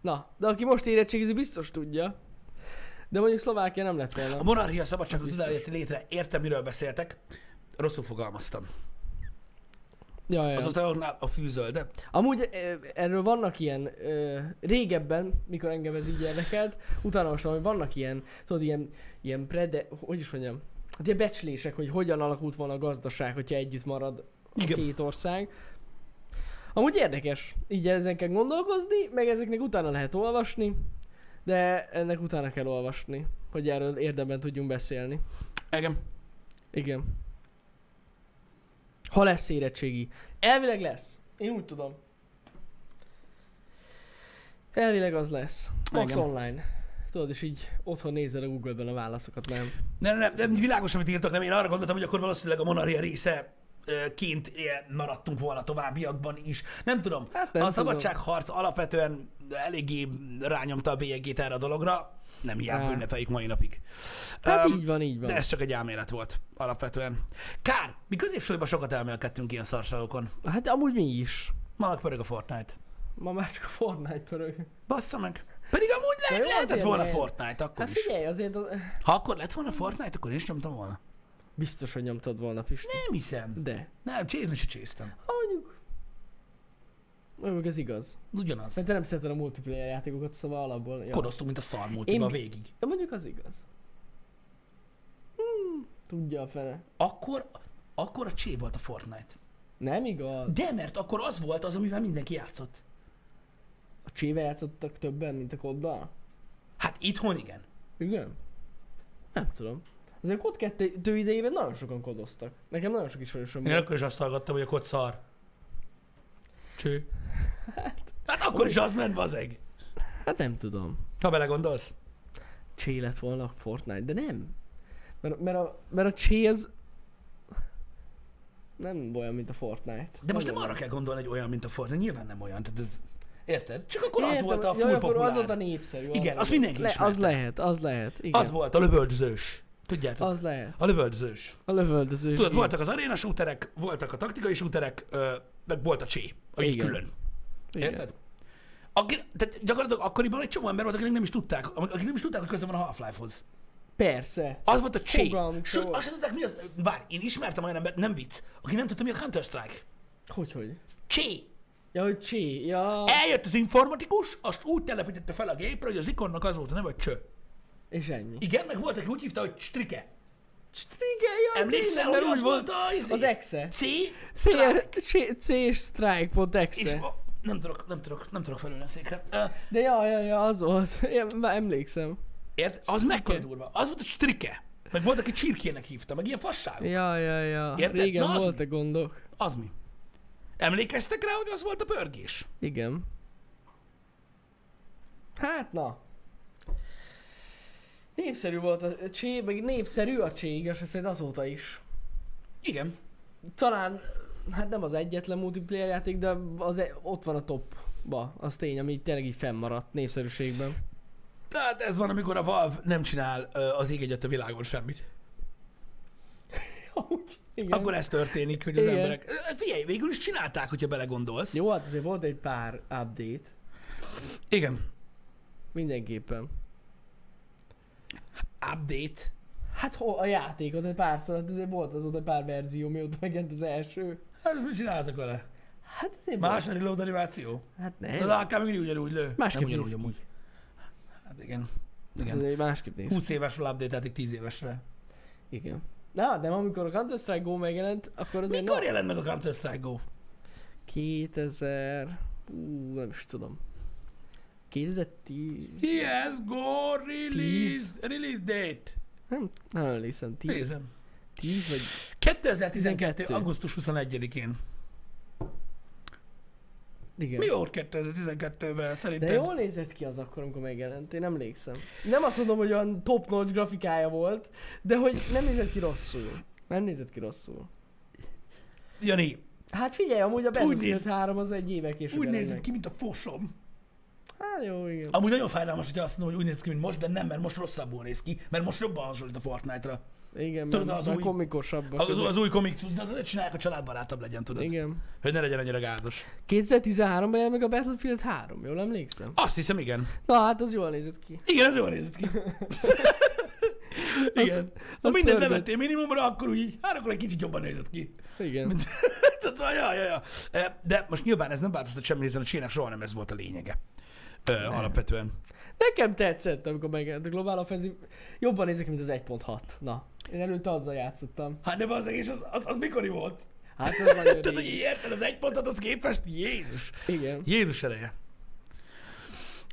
[SPEAKER 2] Na, de aki most érettségizi, biztos tudja. De mondjuk Szlovákia nem lett volna.
[SPEAKER 1] A monarchia szabadságot hozzájött létre, értem, miről beszéltek. Rosszul fogalmaztam.
[SPEAKER 2] Ja, ja, ja.
[SPEAKER 1] Azóta annál a fűzölde.
[SPEAKER 2] Amúgy eh, erről vannak ilyen, ö, régebben, mikor engem ez így érdekelt, utána most hogy vannak ilyen, tudod, ilyen, ilyen prede, hogy is mondjam, hát ilyen becslések, hogy hogyan alakult volna a gazdaság, hogyha együtt marad a
[SPEAKER 1] Igen.
[SPEAKER 2] két ország. Amúgy érdekes, így ezen kell gondolkozni, meg ezeknek utána lehet olvasni, de ennek utána kell olvasni, hogy erről érdemben tudjunk beszélni.
[SPEAKER 1] Igen.
[SPEAKER 2] Igen. Ha lesz érettségi. Elvileg lesz. Én úgy tudom. Elvileg az lesz. Max
[SPEAKER 1] Igen.
[SPEAKER 2] online. Tudod, és így otthon nézel a Google-ben a válaszokat, nem?
[SPEAKER 1] Nem, nem, nem, világos, amit írtak, nem én arra gondoltam, hogy akkor valószínűleg a monarchia része ö, ként ilyen maradtunk volna továbbiakban is. Nem tudom.
[SPEAKER 2] Hát nem
[SPEAKER 1] a
[SPEAKER 2] tudom.
[SPEAKER 1] szabadságharc alapvetően eléggé rányomta a bélyegét erre a dologra. Nem hiába
[SPEAKER 2] Á.
[SPEAKER 1] ünnepeljük mai napig.
[SPEAKER 2] Hát
[SPEAKER 1] Öm,
[SPEAKER 2] így van, így van.
[SPEAKER 1] De ez csak egy elmélet volt alapvetően. Kár, mi középsuliban sokat elmélkedtünk ilyen szarságokon.
[SPEAKER 2] Hát amúgy mi is.
[SPEAKER 1] Ma meg pörög a Fortnite.
[SPEAKER 2] Ma már csak a Fortnite pörög.
[SPEAKER 1] Bassza meg. Pedig amúgy
[SPEAKER 2] De
[SPEAKER 1] le-
[SPEAKER 2] jó,
[SPEAKER 1] lehetett
[SPEAKER 2] azért
[SPEAKER 1] volna
[SPEAKER 2] lehet.
[SPEAKER 1] Fortnite akkor
[SPEAKER 2] Hát
[SPEAKER 1] is.
[SPEAKER 2] figyelj, azért az...
[SPEAKER 1] Ha akkor lett volna Fortnite, akkor én is nyomtam volna.
[SPEAKER 2] Biztos, hogy nyomtad volna, Pisti.
[SPEAKER 1] Nem hiszem.
[SPEAKER 2] De.
[SPEAKER 1] Nem, csézni se cséztem.
[SPEAKER 2] Ha mondjuk... Mondjuk ez igaz.
[SPEAKER 1] Az Ugyanaz.
[SPEAKER 2] Mert te nem szereted a multiplayer játékokat, szóval alapból... Ja.
[SPEAKER 1] Kodoztunk, mint a szar multiba
[SPEAKER 2] Én-
[SPEAKER 1] végig.
[SPEAKER 2] De mondjuk az igaz. Hmm, tudja a fene.
[SPEAKER 1] Akkor, akkor a csé volt a Fortnite.
[SPEAKER 2] Nem igaz.
[SPEAKER 1] De mert akkor az volt az, amivel mindenki játszott.
[SPEAKER 2] A cséve játszottak többen, mint a koddal?
[SPEAKER 1] Hát itthon igen.
[SPEAKER 2] Igen? Nem tudom. Azért a kod 2 idejében nagyon sokan kodoztak. Nekem nagyon sok ismerősöm
[SPEAKER 1] Én
[SPEAKER 2] volt.
[SPEAKER 1] akkor is azt hallgattam, hogy a kod szar. Cső. Hát, hát akkor is az ment, bazeg.
[SPEAKER 2] Hát nem tudom.
[SPEAKER 1] Ha belegondolsz.
[SPEAKER 2] Csé lett volna a Fortnite, de nem. Mert, mert, a, mert a csé az... Nem olyan, mint a Fortnite.
[SPEAKER 1] De most nem
[SPEAKER 2] Nagyon
[SPEAKER 1] arra kell gondolni, hogy olyan, mint a Fortnite. Nyilván nem olyan, tehát ez... Érted? Csak akkor az
[SPEAKER 2] Értem,
[SPEAKER 1] volt a
[SPEAKER 2] jaj,
[SPEAKER 1] full
[SPEAKER 2] akkor
[SPEAKER 1] populár.
[SPEAKER 2] az volt a népszerű.
[SPEAKER 1] Igen,
[SPEAKER 2] az
[SPEAKER 1] azt mindenki
[SPEAKER 2] le, Az
[SPEAKER 1] ismerte.
[SPEAKER 2] lehet, az lehet. Igen.
[SPEAKER 1] Az volt a lövöldözős. Tudjátok?
[SPEAKER 2] Az lehet.
[SPEAKER 1] A lövöldözős.
[SPEAKER 2] A lövöldöző.
[SPEAKER 1] Tudod, voltak az aréna shooterek, voltak a taktikai shooterek, ö, meg volt a csé, ami így
[SPEAKER 2] Igen.
[SPEAKER 1] külön. Érted? Aki, tehát gyakorlatilag akkoriban egy csomó ember volt, akinek nem is tudták, am- akik nem is tudták, hogy köze van a Half-Life-hoz.
[SPEAKER 2] Persze.
[SPEAKER 1] Az volt a csé.
[SPEAKER 2] Fogalmuk se
[SPEAKER 1] Sőt,
[SPEAKER 2] volt.
[SPEAKER 1] azt sem tudták, mi az. Várj, én ismertem olyan embert, nem vicc, aki nem tudta, mi a Counter-Strike.
[SPEAKER 2] Hogy, hogy?
[SPEAKER 1] Csé.
[SPEAKER 2] Ja, hogy csé, ja.
[SPEAKER 1] Eljött az informatikus, azt úgy telepítette fel a gépre, hogy az ikonnak az volt a neve, hogy cső.
[SPEAKER 2] És ennyi.
[SPEAKER 1] Igen, meg volt, aki úgy hívta, hogy strike.
[SPEAKER 2] Igen, ja,
[SPEAKER 1] Emlékszel,
[SPEAKER 2] tényleg,
[SPEAKER 1] hogy
[SPEAKER 2] mert
[SPEAKER 1] az volt a, izé?
[SPEAKER 2] Az exe.
[SPEAKER 1] C,
[SPEAKER 2] C,
[SPEAKER 1] strike.
[SPEAKER 2] C- C és strike pont
[SPEAKER 1] És
[SPEAKER 2] exe.
[SPEAKER 1] a, nem tudok, nem tudok, nem tudok felülni a székre. Ö,
[SPEAKER 2] De ja, ja, ja, az volt. Én már emlékszem.
[SPEAKER 1] Érted? Az mekkora durva. Az volt a strike. Meg volt, aki csirkének hívta, meg ilyen fasság.
[SPEAKER 2] Ja, ja, ja.
[SPEAKER 1] Érted?
[SPEAKER 2] Régen
[SPEAKER 1] Na, az-
[SPEAKER 2] voltak gondok.
[SPEAKER 1] Az mi? Emlékeztek rá, hogy az volt a pörgés?
[SPEAKER 2] Igen. Hát na. Népszerű volt a csé, meg népszerű a csé, igaz, szerint azóta is.
[SPEAKER 1] Igen.
[SPEAKER 2] Talán, hát nem az egyetlen multiplayer játék, de az e- ott van a topba. Az tény, ami tényleg így fennmaradt népszerűségben.
[SPEAKER 1] Tehát ez van, amikor a Valve nem csinál ö, az ég egyet a világon semmit.
[SPEAKER 2] Amúgy, igen.
[SPEAKER 1] Igen. Akkor ez történik, hogy az
[SPEAKER 2] Igen.
[SPEAKER 1] Igen. emberek... Ö, Figyelj, végül is csinálták, hogyha belegondolsz.
[SPEAKER 2] Jó, hát azért volt egy pár update.
[SPEAKER 1] Igen.
[SPEAKER 2] Mindenképpen.
[SPEAKER 1] Update.
[SPEAKER 2] Hát hol a játékot egy párszor, hát azért volt azóta egy pár verzió, mióta megjelent az első.
[SPEAKER 1] Hát ezt mit csináltak vele?
[SPEAKER 2] Hát azért
[SPEAKER 1] Más a reload animáció?
[SPEAKER 2] Volt. Hát
[SPEAKER 1] Az
[SPEAKER 2] nem.
[SPEAKER 1] AK még mindig ugyanúgy lő.
[SPEAKER 2] Másképp
[SPEAKER 1] nem ugyanúgy
[SPEAKER 2] néz ki.
[SPEAKER 1] amúgy. Hát igen. Igen.
[SPEAKER 2] Azért másképp néz ki.
[SPEAKER 1] 20 évesről update 10 évesre.
[SPEAKER 2] Igen. Na, de amikor a Counter-Strike Go megjelent, akkor azért
[SPEAKER 1] Mikor
[SPEAKER 2] na,
[SPEAKER 1] jelent meg a Counter-Strike Go?
[SPEAKER 2] 2000... Ú, nem is tudom. 2010...
[SPEAKER 1] CSGO
[SPEAKER 2] Tíz.
[SPEAKER 1] release, release date.
[SPEAKER 2] Nem, nem emlékszem, 10,
[SPEAKER 1] Nézem.
[SPEAKER 2] 10 vagy...
[SPEAKER 1] 2012.
[SPEAKER 2] 12.
[SPEAKER 1] augusztus 21-én.
[SPEAKER 2] Igen.
[SPEAKER 1] Mi volt 2012-ben
[SPEAKER 2] De
[SPEAKER 1] szerinted?
[SPEAKER 2] jól nézett ki az akkor, amikor megjelent, én emlékszem. Nem azt mondom, hogy olyan top notch grafikája volt, de hogy nem nézett ki rosszul. Nem nézett ki rosszul.
[SPEAKER 1] Jani,
[SPEAKER 2] Hát figyelj, amúgy a
[SPEAKER 1] néz-
[SPEAKER 2] Battlefield 3 az egy évek és
[SPEAKER 1] úgy nézett ki, mint a fosom.
[SPEAKER 2] Hát jó, igen.
[SPEAKER 1] Amúgy nagyon fájdalmas, hogy azt mondom, hogy úgy nézett ki, mint most, de nem, mert most rosszabbul néz ki, mert most jobban hasonlít a Fortnite-ra.
[SPEAKER 2] Igen,
[SPEAKER 1] Tudod,
[SPEAKER 2] mert most
[SPEAKER 1] az
[SPEAKER 2] már
[SPEAKER 1] új-
[SPEAKER 2] komikusabb.
[SPEAKER 1] Az, az új komik cucc, de azért csinálják, hogy családbarátabb legyen, tudod?
[SPEAKER 2] Igen.
[SPEAKER 1] Hogy ne legyen annyira gázos.
[SPEAKER 2] 2013-ban jelent meg a Battlefield 3, jól emlékszem?
[SPEAKER 1] Azt hiszem, igen.
[SPEAKER 2] Na hát az jól nézett ki.
[SPEAKER 1] Igen, ez jól nézett ki. igen. Ha
[SPEAKER 2] az
[SPEAKER 1] mindent
[SPEAKER 2] pörgött.
[SPEAKER 1] levettél minimumra, akkor úgy így, hát akkor egy kicsit jobban nézett ki.
[SPEAKER 2] Igen.
[SPEAKER 1] Mint- Tehát szóval, ja, ja, ja. E, De most nyilván ez nem változtat semmi, hiszen a csének soha nem ez volt a lényege. Ö, alapvetően.
[SPEAKER 2] Nekem tetszett, amikor megjelent a Global Offensive. Jobban nézek, mint az 1.6. Na. Én előtte azzal játszottam.
[SPEAKER 1] Hát de az és az, az, az mikori volt?
[SPEAKER 2] Hát az nagyon
[SPEAKER 1] Tehát, hogy
[SPEAKER 2] régi.
[SPEAKER 1] érted az egy pontot, az képest? Jézus!
[SPEAKER 2] Igen.
[SPEAKER 1] Jézus ereje.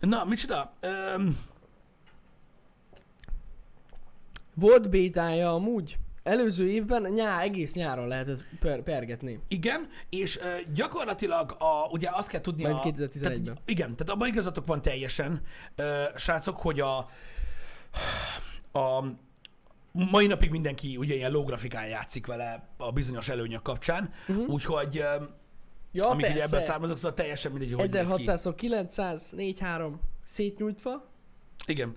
[SPEAKER 1] Na, micsoda? Öm,
[SPEAKER 2] Volt bétája amúgy. Előző évben, nyá, egész nyáron lehetett per- pergetni.
[SPEAKER 1] igen, és ö, gyakorlatilag a, ugye azt kell tudni
[SPEAKER 2] Majd
[SPEAKER 1] a...
[SPEAKER 2] 2011-ben.
[SPEAKER 1] Tehát, igen, tehát abban igazatok van teljesen, ö, srácok, hogy a, a mai napig mindenki ugye ilyen lógrafikán játszik vele a bizonyos előnyök kapcsán, uh-ha. úgyhogy ö,
[SPEAKER 2] Mhm. Ja,
[SPEAKER 1] amik ugye
[SPEAKER 2] persze.
[SPEAKER 1] ebből származnak, szóval teljesen mindegy, hogy néz ki.
[SPEAKER 2] 1600 900 43 szétnyújtva.
[SPEAKER 1] Igen.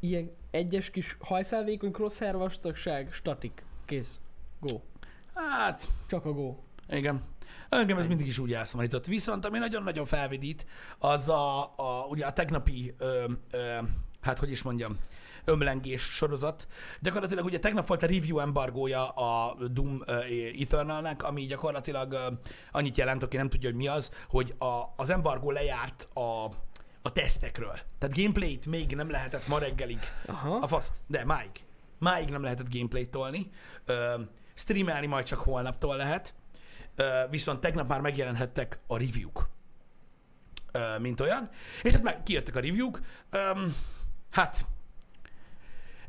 [SPEAKER 2] Ilyen egyes kis hajszálvékony crosshair vastagság, statik. Kész. Go.
[SPEAKER 1] Hát,
[SPEAKER 2] Csak a go.
[SPEAKER 1] Igen. Engem ez mindig is úgy elszomorított. Viszont ami nagyon-nagyon felvidít, az a, a, ugye a tegnapi, ö, ö, hát hogy is mondjam, ömlengés sorozat. Gyakorlatilag ugye tegnap volt a review embargója a Doom ö, Eternalnek, ami gyakorlatilag ö, annyit jelent, aki nem tudja, hogy mi az, hogy a, az embargó lejárt a, a tesztekről. Tehát gameplayt még nem lehetett ma reggelig
[SPEAKER 2] Aha.
[SPEAKER 1] a faszt, de máig. Máig nem lehetett gameplayt tolni. Ö, streamelni majd csak holnaptól lehet. Ö, viszont tegnap már megjelenhettek a review-k. Ö, mint olyan. És hát meg kijöttek a review-k. Ö, hát,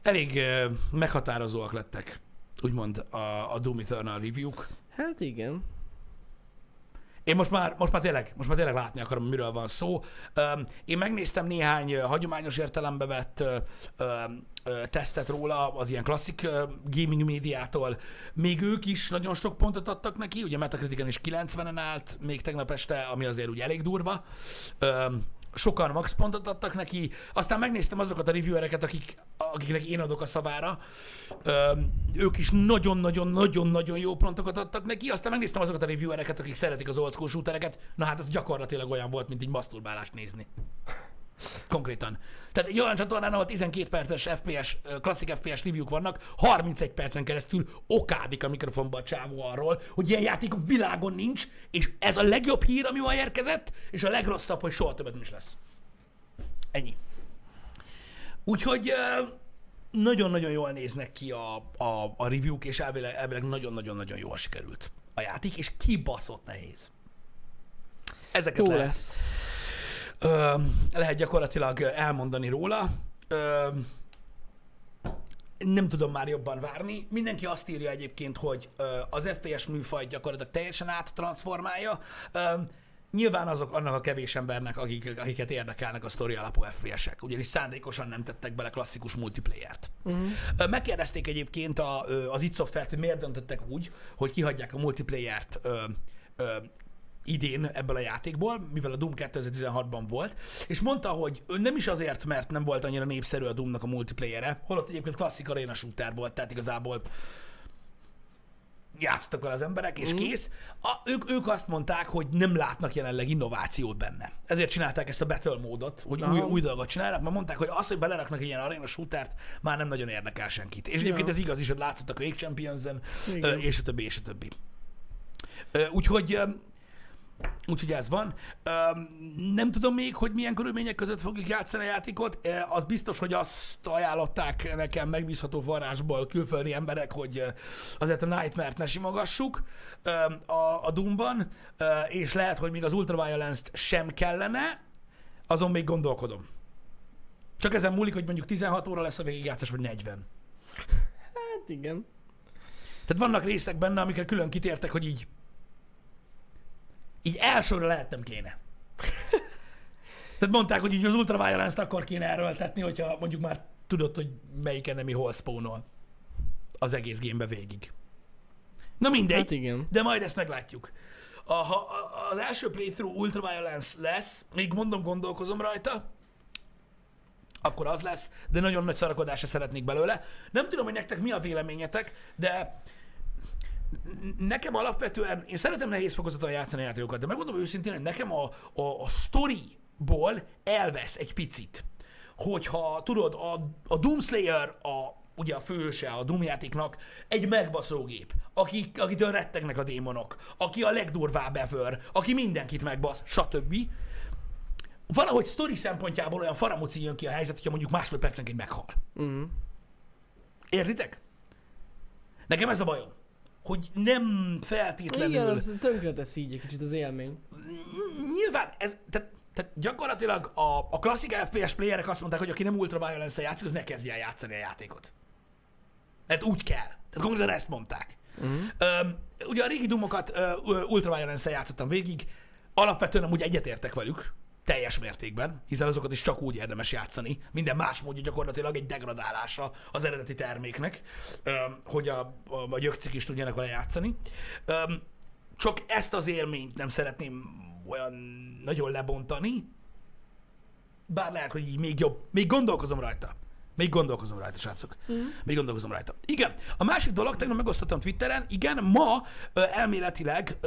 [SPEAKER 1] elég ö, meghatározóak lettek, úgymond a, a Doom Eternal review-k.
[SPEAKER 2] Hát igen.
[SPEAKER 1] Én most már, most már tényleg, most már tényleg látni akarom, miről van szó. Öm, én megnéztem néhány ö, hagyományos értelembe vett ö, ö, ö, tesztet róla, az ilyen klasszik ö, gaming médiától. Még ők is nagyon sok pontot adtak neki, ugye Metacritiken is 90-en állt, még tegnap este, ami azért úgy elég durva. Öm, sokan max pontot adtak neki, aztán megnéztem azokat a reviewereket, akik, akiknek én adok a szavára, Öm, ők is nagyon-nagyon-nagyon-nagyon jó pontokat adtak neki, aztán megnéztem azokat a reviewereket, akik szeretik az old school shootereket, na hát ez gyakorlatilag olyan volt, mint egy maszturbálást nézni. Konkrétan. Tehát egy olyan csatornán, ahol 12 perces FPS, ö, klasszik FPS review vannak, 31 percen keresztül okádik a mikrofonba a csávó arról, hogy ilyen játék a világon nincs, és ez a legjobb hír, ami ma érkezett, és a legrosszabb, hogy soha többet nem is lesz. Ennyi. Úgyhogy ö, nagyon-nagyon jól néznek ki a, a, a review-k, és elvileg, elvileg nagyon-nagyon-nagyon jól sikerült a játék, és kibaszott nehéz. Ezeket
[SPEAKER 2] Jó
[SPEAKER 1] lehet,
[SPEAKER 2] lesz.
[SPEAKER 1] ö, lehet gyakorlatilag elmondani róla. Ö, nem tudom már jobban várni. Mindenki azt írja egyébként, hogy ö, az FPS műfajt gyakorlatilag teljesen áttransformálja. Ö, nyilván azok annak a kevés embernek, akik, akiket érdekelnek a sztori alapú FPS-ek, ugyanis szándékosan nem tettek bele klasszikus multiplayer-t. Uh-huh. Megkérdezték egyébként a, ö, az id Software-t, hogy miért döntöttek úgy, hogy kihagyják a multiplayer-t ö, ö, idén ebből a játékból, mivel a Doom 2016-ban volt, és mondta, hogy ő nem is azért, mert nem volt annyira népszerű a Doomnak a multiplayere, holott egyébként klasszik arena shooter volt, tehát igazából játszottak vele az emberek,
[SPEAKER 2] Mhm.
[SPEAKER 1] és mm. kész. A, ők, ők azt mondták, hogy nem látnak jelenleg innovációt benne. Ezért csinálták ezt a battle módot, hogy új,
[SPEAKER 2] Aha.
[SPEAKER 1] új dolgot csinálnak, mert mondták, hogy az, hogy beleraknak egy ilyen arena shootert, már nem nagyon érdekel senkit. És egyébként
[SPEAKER 2] Ja.
[SPEAKER 1] ez igaz is, hogy látszottak a Wake Champions-en,
[SPEAKER 2] Igen.
[SPEAKER 1] ö, és a többi, és a többi. Ö, Úgyhogy, ö, úgyhogy ez van. Ö, Nem tudom még, hogy milyen körülmények között fogjuk játszani a játékot. Ö, Az biztos, hogy azt ajánlották nekem megbízható varázsból külföldi emberek, hogy ö, azért a Nightmare-t ne simogassuk ö, a, a Doom-ban, ö, és lehet, hogy még az Ultraviolence-t sem kellene, azon még gondolkodom. Csak ezen múlik, hogy mondjuk 16 óra lesz a végigjátszás, vagy 40.
[SPEAKER 2] Hát igen.
[SPEAKER 1] Tehát vannak részek benne, amikre külön kitértek, hogy így így elsőre lehet nem kéne. Tehát mondták, hogy így az ultraviolence akkor kéne erőltetni, hogyha mondjuk már tudod, hogy melyik enemy hol spawnol az egész gémbe végig. Na mindegy.
[SPEAKER 2] Hát igen.
[SPEAKER 1] De majd ezt meglátjuk. A, ha a- az első playthrough Ultraviolence lesz, még mondom, gondolkozom rajta, akkor az lesz, de nagyon nagy szarakodásra szeretnék belőle. Nem tudom, hogy nektek mi a véleményetek, de n- nekem alapvetően, én szeretem nehéz fokozaton játszani a játékokat, de megmondom őszintén, hogy nekem a, a, a storyból elvesz egy picit. Hogyha tudod, a, a Doomslayer, a, ugye a főse a Doom játéknak, egy megbaszógép, aki, akitől rettegnek a démonok, aki a legdurvább ever, aki mindenkit megbasz, stb. Valahogy sztori szempontjából olyan faramuci jön ki a helyzet, hogyha mondjuk másfél percenként meghal.
[SPEAKER 2] Mm.
[SPEAKER 1] Értitek? Nekem ez a bajom, hogy nem feltétlenül...
[SPEAKER 2] Igen, az tönkretesz így egy kicsit az élmény.
[SPEAKER 1] nyilván ez, tehát, tehát gyakorlatilag a, a klasszik FPS playerek azt mondták, hogy aki nem Ultra violence játszik, az ne kezdje el játszani a játékot. Mert úgy kell. Tehát konkrétan ezt mondták. Öm, ugye a régi dumokat Ultra violence játszottam végig, alapvetően amúgy egyetértek velük, teljes mértékben, hiszen azokat is csak úgy érdemes játszani. Minden más módja gyakorlatilag egy degradálása az eredeti terméknek, öm, hogy a, a, a gyökcik is tudjanak vele játszani. Öm, csak ezt az élményt nem szeretném olyan nagyon lebontani, bár lehet, hogy így még jobb. Még gondolkozom rajta. Még gondolkozom rajta, srácok. Mm. Még gondolkozom rajta. Igen, a másik dolog, tegnap megosztottam Twitteren, igen, ma ö, elméletileg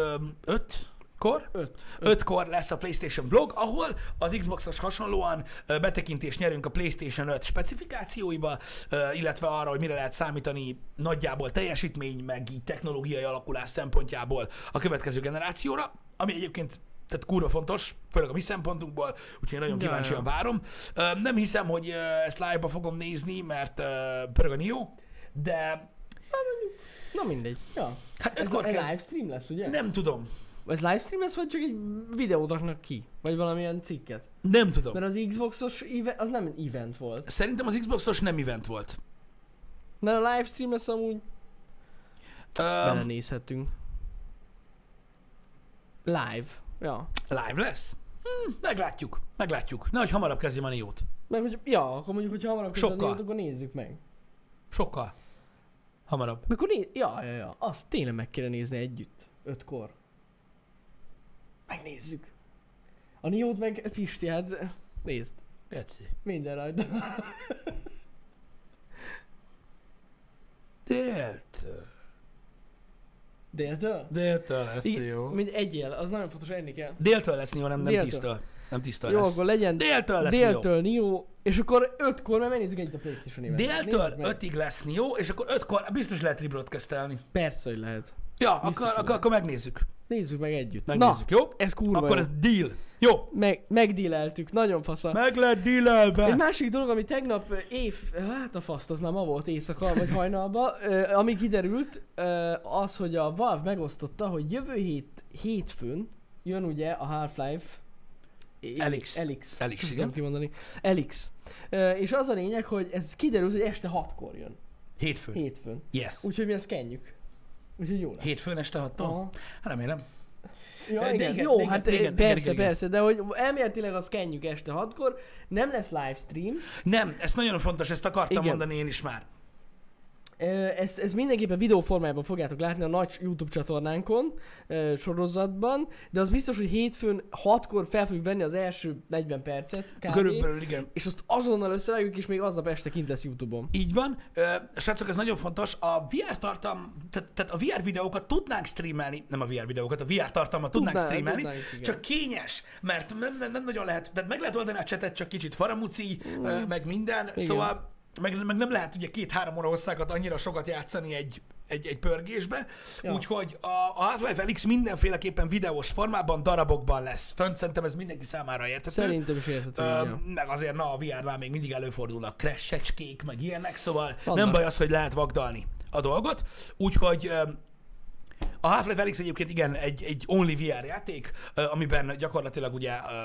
[SPEAKER 1] 5-kor?
[SPEAKER 2] Öt.
[SPEAKER 1] 5-kor lesz a PlayStation blog, ahol az Xboxos hasonlóan ö, betekintést nyerünk a PlayStation 5 specifikációiba, ö, illetve arra, hogy mire lehet számítani nagyjából teljesítmény, meg így technológiai alakulás szempontjából a következő generációra, ami egyébként tehát kurva fontos, főleg a mi szempontunkból, úgyhogy én nagyon
[SPEAKER 2] Ja,
[SPEAKER 1] kíváncsian
[SPEAKER 2] ja.
[SPEAKER 1] várom. Ö, Nem hiszem, hogy ö, ezt live-ba fogom nézni, mert ö, pörög a Nio, de
[SPEAKER 2] Na mindegy. Ja.
[SPEAKER 1] hát
[SPEAKER 2] Ez
[SPEAKER 1] ötkor
[SPEAKER 2] egy
[SPEAKER 1] kezd...
[SPEAKER 2] livestream lesz, ugye?
[SPEAKER 1] Nem tudom.
[SPEAKER 2] Ez livestream lesz, vagy csak egy videót raknak ki? Vagy valamilyen cikket?
[SPEAKER 1] Nem tudom.
[SPEAKER 2] Mert az Xboxos event, az nem event volt.
[SPEAKER 1] Szerintem az Xboxos nem event volt.
[SPEAKER 2] Mert a livestream lesz amúgy
[SPEAKER 1] Ö,
[SPEAKER 2] belenézhetünk. Live. Ja.
[SPEAKER 1] Live lesz? Hm, meglátjuk, meglátjuk. Nehogy hamarabb kezdjem a Niót.
[SPEAKER 2] Mert hogy, ja, akkor mondjuk, hogy hamarabb kezdeni
[SPEAKER 1] Sokkal.
[SPEAKER 2] jött, akkor nézzük meg.
[SPEAKER 1] Sokkal hamarabb.
[SPEAKER 2] Mikor né... Ja, ja, ja. Azt tényleg meg kéne nézni együtt. Ötkor. Megnézzük. A Niót meg Pisti, hát nézd.
[SPEAKER 1] Peci.
[SPEAKER 2] Minden rajta.
[SPEAKER 1] Déltől.
[SPEAKER 2] Déltől?
[SPEAKER 1] Déltől lesz
[SPEAKER 2] Igen,
[SPEAKER 1] jó.
[SPEAKER 2] Mint egyél, az nagyon fontos, enni kell.
[SPEAKER 1] Déltől lesz jó, nem, nem
[SPEAKER 2] Déltől.
[SPEAKER 1] tíztől. Nem tíztől
[SPEAKER 2] Jó,
[SPEAKER 1] lesz.
[SPEAKER 2] akkor legyen
[SPEAKER 1] Déltől lesz jó.
[SPEAKER 2] déltől Nio, és akkor ötkor már megnézzük együtt a Playstation évet.
[SPEAKER 1] Déltől ötig lesz jó, és akkor ötkor biztos lehet rebroadcastelni.
[SPEAKER 2] Persze, hogy lehet.
[SPEAKER 1] Ja,
[SPEAKER 2] Biztos,
[SPEAKER 1] akkor,
[SPEAKER 2] hogy
[SPEAKER 1] akkor, akkor megnézzük.
[SPEAKER 2] Nézzük meg együtt.
[SPEAKER 1] Megnézzük,
[SPEAKER 2] Na,
[SPEAKER 1] jó?
[SPEAKER 2] ez kurva
[SPEAKER 1] Akkor
[SPEAKER 2] jó.
[SPEAKER 1] ez deal. Jó.
[SPEAKER 2] Meg, megdíleltük, nagyon fasza.
[SPEAKER 1] Meg lett
[SPEAKER 2] Egy
[SPEAKER 1] dealelve.
[SPEAKER 2] másik dolog, ami tegnap ö, év, hát a faszt, az már ma volt éjszaka, vagy hajnalba, ö, ami kiderült, ö, az, hogy a Valve megosztotta, hogy jövő hét hétfőn jön ugye a Half-Life é-
[SPEAKER 1] Elix.
[SPEAKER 2] Elix.
[SPEAKER 1] Elix,
[SPEAKER 2] Sem
[SPEAKER 1] igen.
[SPEAKER 2] tudom kimondani. Elix. Ö, És az a lényeg, hogy ez kiderült, hogy este hatkor jön.
[SPEAKER 1] Hétfőn.
[SPEAKER 2] Hétfőn.
[SPEAKER 1] Yes.
[SPEAKER 2] Úgyhogy mi ezt kenjük. Úgyhogy jó lesz.
[SPEAKER 1] Hétfőn este hattól?
[SPEAKER 2] Aha.
[SPEAKER 1] Remélem.
[SPEAKER 2] Ja,
[SPEAKER 1] De
[SPEAKER 2] igen,
[SPEAKER 1] igen,
[SPEAKER 2] jó,
[SPEAKER 1] igen,
[SPEAKER 2] hát
[SPEAKER 1] igen,
[SPEAKER 2] igen,
[SPEAKER 1] igen,
[SPEAKER 2] persze,
[SPEAKER 1] igen.
[SPEAKER 2] persze, de hogy elméletileg azt kenjük este hatkor, nem lesz livestream,
[SPEAKER 1] Nem, ez nagyon fontos, ezt akartam
[SPEAKER 2] Igen. Igen.
[SPEAKER 1] mondani én is már.
[SPEAKER 2] Ö, Ezt, ezt mindenképpen videóformájában fogjátok látni a nagy YouTube csatornánkon, ö, sorozatban, de az biztos, hogy hétfőn 6-kor fel fogjuk venni az első 40 percet, kb.
[SPEAKER 1] Körülbelül igen.
[SPEAKER 2] és azt azonnal összevágjuk, és még aznap este kint lesz YouTube-on.
[SPEAKER 1] Így van. Ö, srácok, ez nagyon fontos. A VR tartalm, tehát, tehát a VR videókat tudnánk streamelni, nem a VR videókat, a VR tartalmat tudnánk
[SPEAKER 2] Tudná-
[SPEAKER 1] streamelni,
[SPEAKER 2] tudnánk, igen.
[SPEAKER 1] csak kényes, mert nem, nem, nem nagyon lehet, tehát meg lehet oldani a csetet, csak kicsit faramuci, mm. meg minden, igen. szóval meg, meg nem lehet ugye két-három óra hosszákat annyira sokat játszani egy, egy, egy pörgésbe, ja.
[SPEAKER 2] Ja.
[SPEAKER 1] úgyhogy a, a Half-Life Alyx mindenféleképpen videós formában, darabokban lesz. Fönt szerintem ez mindenki számára érthető.
[SPEAKER 2] Szerintem is érthető.
[SPEAKER 1] Ö,
[SPEAKER 2] igen.
[SPEAKER 1] meg azért, na, a VR-nál még mindig előfordulnak crash-ecskék, meg ilyenek, szóval Vannak.
[SPEAKER 2] Vannak.
[SPEAKER 1] nem baj az, hogy lehet vagdalni a dolgot. Úgyhogy ö, a Half-Life Alyx egyébként igen, egy, egy only VR játék, ö, amiben gyakorlatilag ugye ö,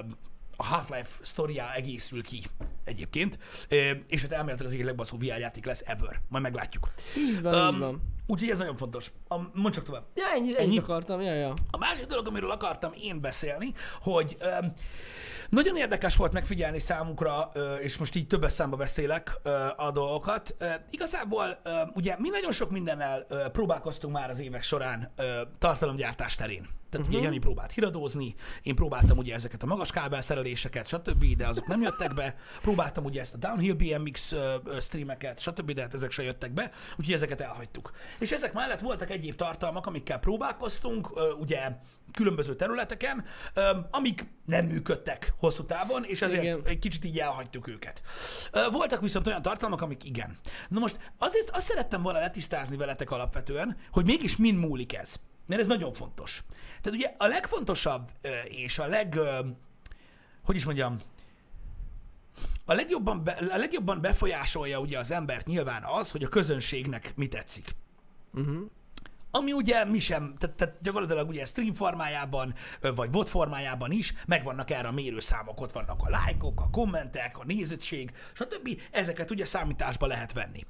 [SPEAKER 1] a Half-Life sztoria egészül ki egyébként, ö, és hát elméletileg az egyik legbaszóbb VR játék lesz ever. Majd meglátjuk.
[SPEAKER 2] Így van,
[SPEAKER 1] Öm,
[SPEAKER 2] így van.
[SPEAKER 1] Úgyhogy ez nagyon fontos. A, mondd csak tovább.
[SPEAKER 2] Ja, ennyi,
[SPEAKER 1] ennyi?
[SPEAKER 2] ennyi? akartam, ja, ja.
[SPEAKER 1] A másik dolog, amiről akartam én beszélni, hogy öm, nagyon érdekes volt megfigyelni számukra, ö, és most így többes számba beszélek ö, a dolgokat. Ö, igazából ö, ugye mi nagyon sok mindennel ö, próbálkoztunk már az évek során ö, tartalomgyártás terén. Tehát uh-huh. ugye Jani próbált híradózni, én próbáltam ugye ezeket a magas kábelszereléseket, stb., de azok nem jöttek be. Próbáltam ugye ezt a downhill BMX ö, ö, streameket, stb., de hát ezek se jöttek be, úgyhogy ezeket elhagytuk. És ezek mellett voltak egyéb tartalmak, amikkel próbálkoztunk, ö, ugye különböző területeken, ö, amik nem működtek hosszú távon, és ezért
[SPEAKER 2] Igen.
[SPEAKER 1] egy kicsit így elhagytuk őket. Ö, Voltak viszont olyan tartalmak, amik igen. Na most azért azt szerettem volna letisztázni veletek alapvetően, hogy mégis mind múlik ez. Mert ez nagyon fontos. Tehát ugye a legfontosabb ö, és a leg... ö, Hogy is mondjam? A legjobban, be, a legjobban befolyásolja ugye az embert nyilván az, hogy a közönségnek mi tetszik
[SPEAKER 2] Uh-huh.
[SPEAKER 1] ami ugye mi sem, tehát, tehát gyakorlatilag ugye stream formájában, ö, vagy bot formájában is, megvannak erre a mérőszámok, ott vannak a lájkok, a kommentek, a nézettség, stb. Ezeket ugye számításba lehet venni.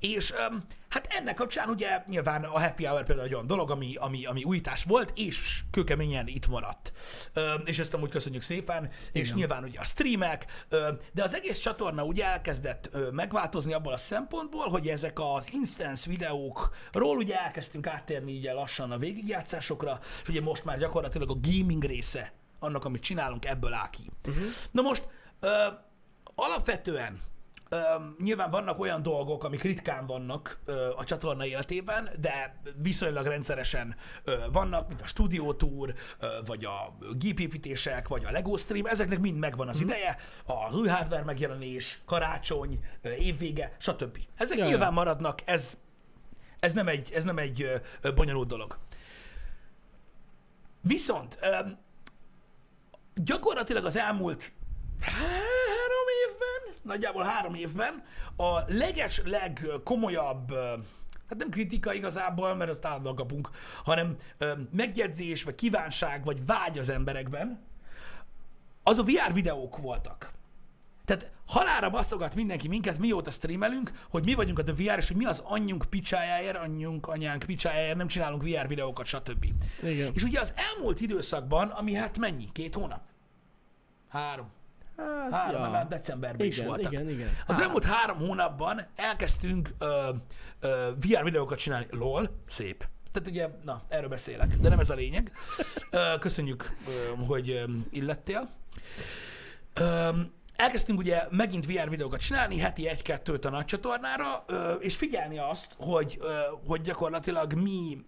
[SPEAKER 1] És öm, hát ennek kapcsán ugye nyilván a happy hour például egy olyan dolog, ami, ami, ami újítás volt, és kőkeményen itt maradt. Öm, és ezt amúgy köszönjük szépen, és Igen. nyilván ugye a streamek, öm, de az egész csatorna ugye elkezdett ö, megváltozni abból a szempontból, hogy ezek az instance videókról ugye elkezdtünk áttérni ugye lassan a végigjátszásokra, és ugye most már gyakorlatilag a gaming része annak, amit csinálunk, ebből áll ki.
[SPEAKER 2] Mhm.
[SPEAKER 1] Uh-huh. Na most, ö, alapvetően ö, nyilván vannak olyan dolgok, amik ritkán vannak ö, a csatorna életében, de viszonylag rendszeresen ö, vannak, mint a stúdiótúr, ö, vagy a gépépítések, vagy a LEGO stream, ezeknek mind megvan az
[SPEAKER 2] Mhm.
[SPEAKER 1] ideje, az új hardware megjelenés, karácsony, ö, évvége, stb. Ezek
[SPEAKER 2] Ja, ja.
[SPEAKER 1] nyilván maradnak, ez, ez nem egy, ez nem egy ö, ö, bonyolult dolog. Viszont öm, gyakorlatilag az elmúlt három évben, nagyjából három évben a leges, legkomolyabb, ö, hát nem kritika igazából, mert azt állandóan kapunk, hanem ö, megjegyzés, vagy kívánság, vagy vágy az emberekben, az a VR videók voltak. Tehát halára baszogat mindenki minket, mióta streamelünk, hogy mi vagyunk a The VR, és hogy mi az anyjunk picsájáért, anyjunk, anyánk picsájáért, nem csinálunk VR videókat, stb.
[SPEAKER 2] Igen.
[SPEAKER 1] És ugye az elmúlt időszakban, ami hát mennyi? Két hónap? Három.
[SPEAKER 2] Hát,
[SPEAKER 1] Három,
[SPEAKER 2] ja.
[SPEAKER 1] ja. már decemberben is
[SPEAKER 2] Igen,
[SPEAKER 1] voltak.
[SPEAKER 2] igen, igen.
[SPEAKER 1] Az
[SPEAKER 2] Három.
[SPEAKER 1] elmúlt három hónapban elkezdtünk ö, ö, VR videókat csinálni. LOL, szép. Tehát ugye, na, erről beszélek, de nem ez a lényeg. Ö, köszönjük, ö, hogy ö, illettél. Ö, elkezdtünk ugye megint VR videókat csinálni, heti egy-kettőt a nagy csatornára, ö, és figyelni azt, hogy, ö, hogy gyakorlatilag mi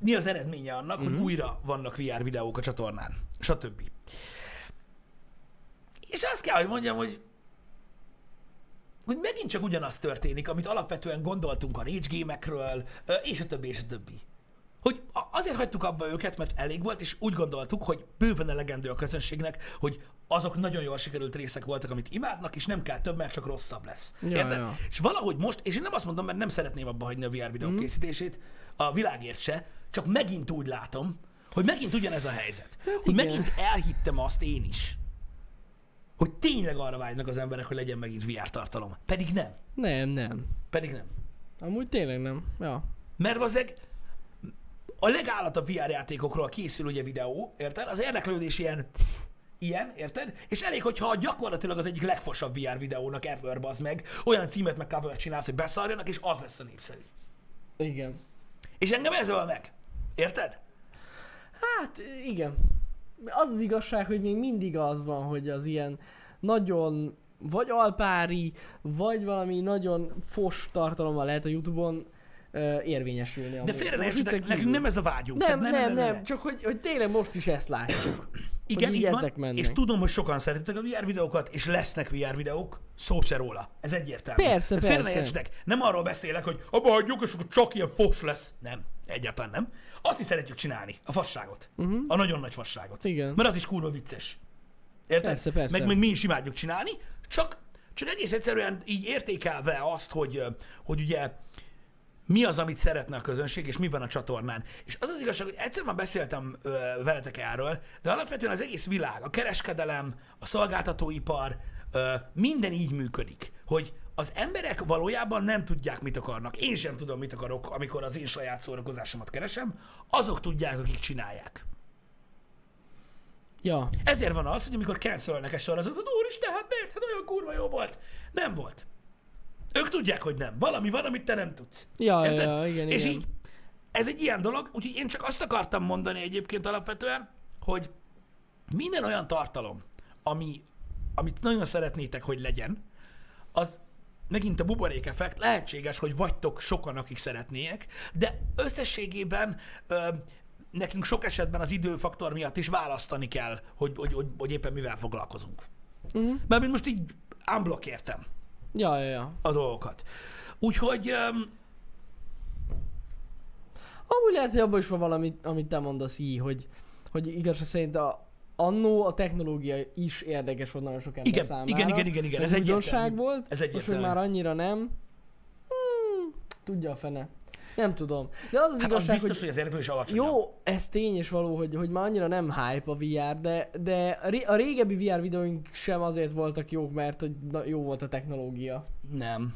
[SPEAKER 1] mi az eredménye annak,
[SPEAKER 2] Mhm.
[SPEAKER 1] uh-huh. hogy újra vannak VR videók a csatornán, stb. És azt kell, hogy mondjam, hogy hogy megint csak ugyanaz történik, amit alapvetően gondoltunk a rage gémekről, ö, és a többi, és a többi. Hogy a- azért hagytuk abba őket, mert elég volt, és úgy gondoltuk, hogy bőven elegendő a közönségnek, hogy azok nagyon jól sikerült részek voltak, amit imádnak, és nem kell több, mert csak rosszabb lesz.
[SPEAKER 2] Ja,
[SPEAKER 1] Érted?
[SPEAKER 2] ja.
[SPEAKER 1] És valahogy most, és én nem azt mondom, mert nem szeretném abba hagyni a VR
[SPEAKER 2] Mhm.
[SPEAKER 1] videó készítését, a világért se, csak megint úgy látom, hogy megint ugyanez a helyzet. Hát hogy
[SPEAKER 2] igen.
[SPEAKER 1] megint elhittem azt én is, hogy tényleg arra vágynak az emberek, hogy legyen megint VR tartalom. Pedig nem.
[SPEAKER 2] Nem, nem.
[SPEAKER 1] Pedig nem.
[SPEAKER 2] Amúgy tényleg nem. Ja.
[SPEAKER 1] Mert azek a legállatabb VR játékokról készül ugye videó, érted? Az érdeklődés ilyen ilyen, érted? És elég, hogyha gyakorlatilag az egyik legfosabb VR videónak ever, az meg, olyan címet meg cover csinálsz, hogy beszarjanak, és az lesz a népszerű.
[SPEAKER 2] Igen.
[SPEAKER 1] És engem ez öl meg. Érted?
[SPEAKER 2] Hát igen. Az az igazság, hogy még mindig az van, hogy az ilyen nagyon vagy alpári, vagy valami nagyon fos tartalommal lehet a Youtube-on ö, érvényesülni.
[SPEAKER 1] De
[SPEAKER 2] amúgy.
[SPEAKER 1] félre ne
[SPEAKER 2] Most
[SPEAKER 1] értsetek,
[SPEAKER 2] viccen
[SPEAKER 1] nekünk
[SPEAKER 2] kívül.
[SPEAKER 1] nem ez a vágyunk.
[SPEAKER 2] nem,
[SPEAKER 1] Tehát
[SPEAKER 2] nem, nem, nem, csak hogy, hogy tényleg most is ezt látjuk.
[SPEAKER 1] Igen,
[SPEAKER 2] hogy így
[SPEAKER 1] így
[SPEAKER 2] ezek
[SPEAKER 1] van,
[SPEAKER 2] mennek.
[SPEAKER 1] és tudom, hogy sokan szeretitek a VR videókat, és lesznek VR videók, szó se róla. Ez egyértelmű.
[SPEAKER 2] Persze,
[SPEAKER 1] Tehát félre ne
[SPEAKER 2] persze.
[SPEAKER 1] értsetek. Nem arról beszélek, hogy abba hagyjuk, és akkor csak ilyen fos lesz. Nem, egyáltalán nem. Azt is szeretjük csinálni, a fasságot. Uh-huh. A nagyon nagy fasságot.
[SPEAKER 2] Mhm. Igen.
[SPEAKER 1] Mert az is kurva vicces. Érted?
[SPEAKER 2] Persze, persze.
[SPEAKER 1] Meg, meg mi is imádjuk csinálni, csak, csak egész egyszerűen így értékelve azt, hogy, ö, hogy ugye mi az, amit szeretne a közönség, és mi van a csatornán. És az az igazság, hogy egyszer már beszéltem ö, veletek erről, de alapvetően az egész világ, a kereskedelem, a szolgáltatóipar, ö, minden így működik, hogy az emberek valójában nem tudják, mit akarnak. Én sem tudom, mit akarok, amikor az én saját szórakozásomat keresem. Azok tudják, akik csinálják.
[SPEAKER 2] Ja,
[SPEAKER 1] Ezért van az, hogy amikor cancelnek egy sorozatot, úristen, hát miért? Hát olyan kurva jó volt. Nem volt. Ők tudják, hogy nem. Valami van, amit te nem tudsz.
[SPEAKER 2] Ja,
[SPEAKER 1] Érted?
[SPEAKER 2] ja, igen,
[SPEAKER 1] És
[SPEAKER 2] igen.
[SPEAKER 1] így, ez egy ilyen dolog, úgyhogy én csak azt akartam mondani egyébként alapvetően, hogy minden olyan tartalom, ami, amit nagyon szeretnétek, hogy legyen, az megint a buborék effekt, lehetséges, hogy vagytok sokan, akik szeretnének, de összességében ö, nekünk sok esetben az időfaktor miatt is választani kell, hogy, hogy, hogy, hogy éppen mivel foglalkozunk.
[SPEAKER 2] Mhm.
[SPEAKER 1] Uh-huh. Mármint most így unblock értem
[SPEAKER 2] ja, ja, ja.
[SPEAKER 1] a dolgokat. Úgyhogy öm,
[SPEAKER 2] Amúgy lehet, hogy abban is van valami, amit te mondasz így, hogy, hogy igazság szerint a, annó a technológia is érdekes volt nagyon sok ember
[SPEAKER 1] Igen,
[SPEAKER 2] számára.
[SPEAKER 1] igen, igen, igen, igen,
[SPEAKER 2] Ez,
[SPEAKER 1] ez
[SPEAKER 2] egy újdonság
[SPEAKER 1] egyértelmű.
[SPEAKER 2] volt,
[SPEAKER 1] Ez
[SPEAKER 2] most, hogy
[SPEAKER 1] egyértelmű.
[SPEAKER 2] már annyira nem, hmm, tudja a fene. Nem tudom. De az az
[SPEAKER 1] hát az
[SPEAKER 2] igazság,
[SPEAKER 1] biztos,
[SPEAKER 2] hogy
[SPEAKER 1] hogy az érdeklődés alacsony.
[SPEAKER 2] jó, ez tény és való, hogy, hogy már annyira nem hype a VR, de, de a ré- a régebbi VR videóink sem azért voltak jók, mert hogy na, jó volt a technológia.
[SPEAKER 1] Nem.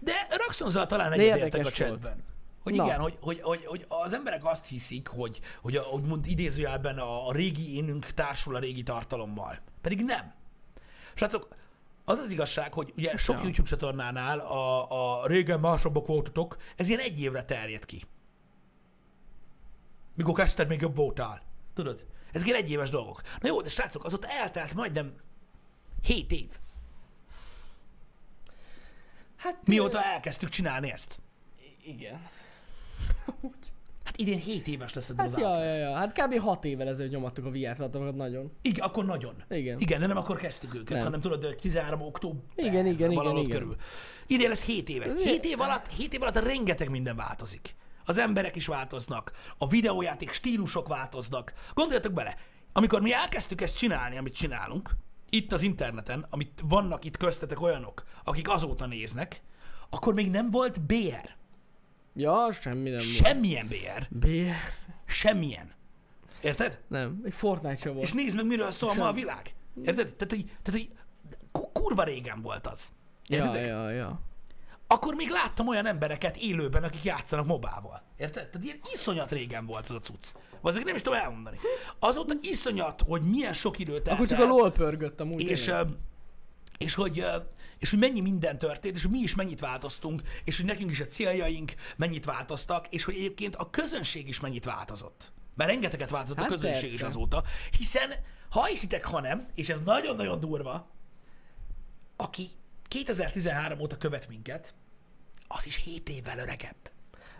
[SPEAKER 1] De Raxonzal talán
[SPEAKER 2] De
[SPEAKER 1] egyetértek a
[SPEAKER 2] érdekes volt.
[SPEAKER 1] chatben. Hogy
[SPEAKER 2] Na.
[SPEAKER 1] igen, hogy, hogy, hogy, hogy, az emberek azt hiszik, hogy, hogy, a, hogy mond, idézőjelben a, a régi énünk társul a régi tartalommal. Pedig nem. Srácok, az az igazság, hogy ugye sok
[SPEAKER 2] Hát Ja.
[SPEAKER 1] YouTube csatornánál a, a régen másabbak voltatok, ez ilyen egy évre terjed ki. Mikor kezdted, még jobb voltál. Tudod? Ezek ilyen egyéves dolgok. Na jó, de srácok, az ott eltelt majdnem 7 év.
[SPEAKER 2] Hát
[SPEAKER 1] Mióta elkezdtük csinálni ezt?
[SPEAKER 2] Igen.
[SPEAKER 1] Hát idén 7 éves lesz a
[SPEAKER 2] Hát ja, ja,
[SPEAKER 1] Dozálkast.
[SPEAKER 2] ja, hát kb. 6 évvel ezelőtt nyomattuk a VR tartalmakat nagyon.
[SPEAKER 1] Igen, akkor nagyon.
[SPEAKER 2] Igen.
[SPEAKER 1] Igen, de nem akkor kezdtük őket,
[SPEAKER 2] Nem.
[SPEAKER 1] hanem tudod, 13 október.
[SPEAKER 2] Igen, igen,
[SPEAKER 1] valahol
[SPEAKER 2] igen,
[SPEAKER 1] ott
[SPEAKER 2] igen.
[SPEAKER 1] körül. Idén lesz 7 éve.
[SPEAKER 2] Ez
[SPEAKER 1] 7
[SPEAKER 2] i-
[SPEAKER 1] év alatt, 7 év alatt rengeteg minden változik. Az emberek is változnak, a videójáték stílusok változnak. Gondoljatok bele, amikor mi elkezdtük ezt csinálni, amit csinálunk, itt az interneten, amit vannak itt köztetek olyanok, akik azóta néznek, akkor még nem volt BR.
[SPEAKER 2] Ja, semmi nem volt.
[SPEAKER 1] Semmilyen BR.
[SPEAKER 2] BR?
[SPEAKER 1] Semmilyen. Érted?
[SPEAKER 2] Nem, még Fortnite sem volt.
[SPEAKER 1] És nézd meg, miről szól ma a
[SPEAKER 2] Sem.
[SPEAKER 1] világ. Érted? Tehát, hogy, tehát, hogy ku- kurva régen volt az.
[SPEAKER 2] ja,
[SPEAKER 1] Érted?
[SPEAKER 2] ja, ja.
[SPEAKER 1] Akkor még láttam olyan embereket élőben, akik játszanak mobával. Érted? Tehát ilyen iszonyat régen volt az a cucc. Azért nem is tudom elmondani. Azóta iszonyat, hogy milyen sok időt
[SPEAKER 2] Akkor csak a
[SPEAKER 1] el-
[SPEAKER 2] LOL pörgött amúgy.
[SPEAKER 1] és,
[SPEAKER 2] tényleg.
[SPEAKER 1] ö, és hogy, ö, és hogy mennyi minden történt, és hogy mi is mennyit változtunk, és hogy nekünk is a céljaink mennyit változtak, és hogy egyébként a közönség is mennyit változott. Mert rengeteget változott
[SPEAKER 2] Hát
[SPEAKER 1] a közönség is
[SPEAKER 2] persze.
[SPEAKER 1] azóta, hiszen ha hiszitek, ha nem, és ez nagyon-nagyon durva, aki 2013 óta követ minket, az is 7 évvel öregebb.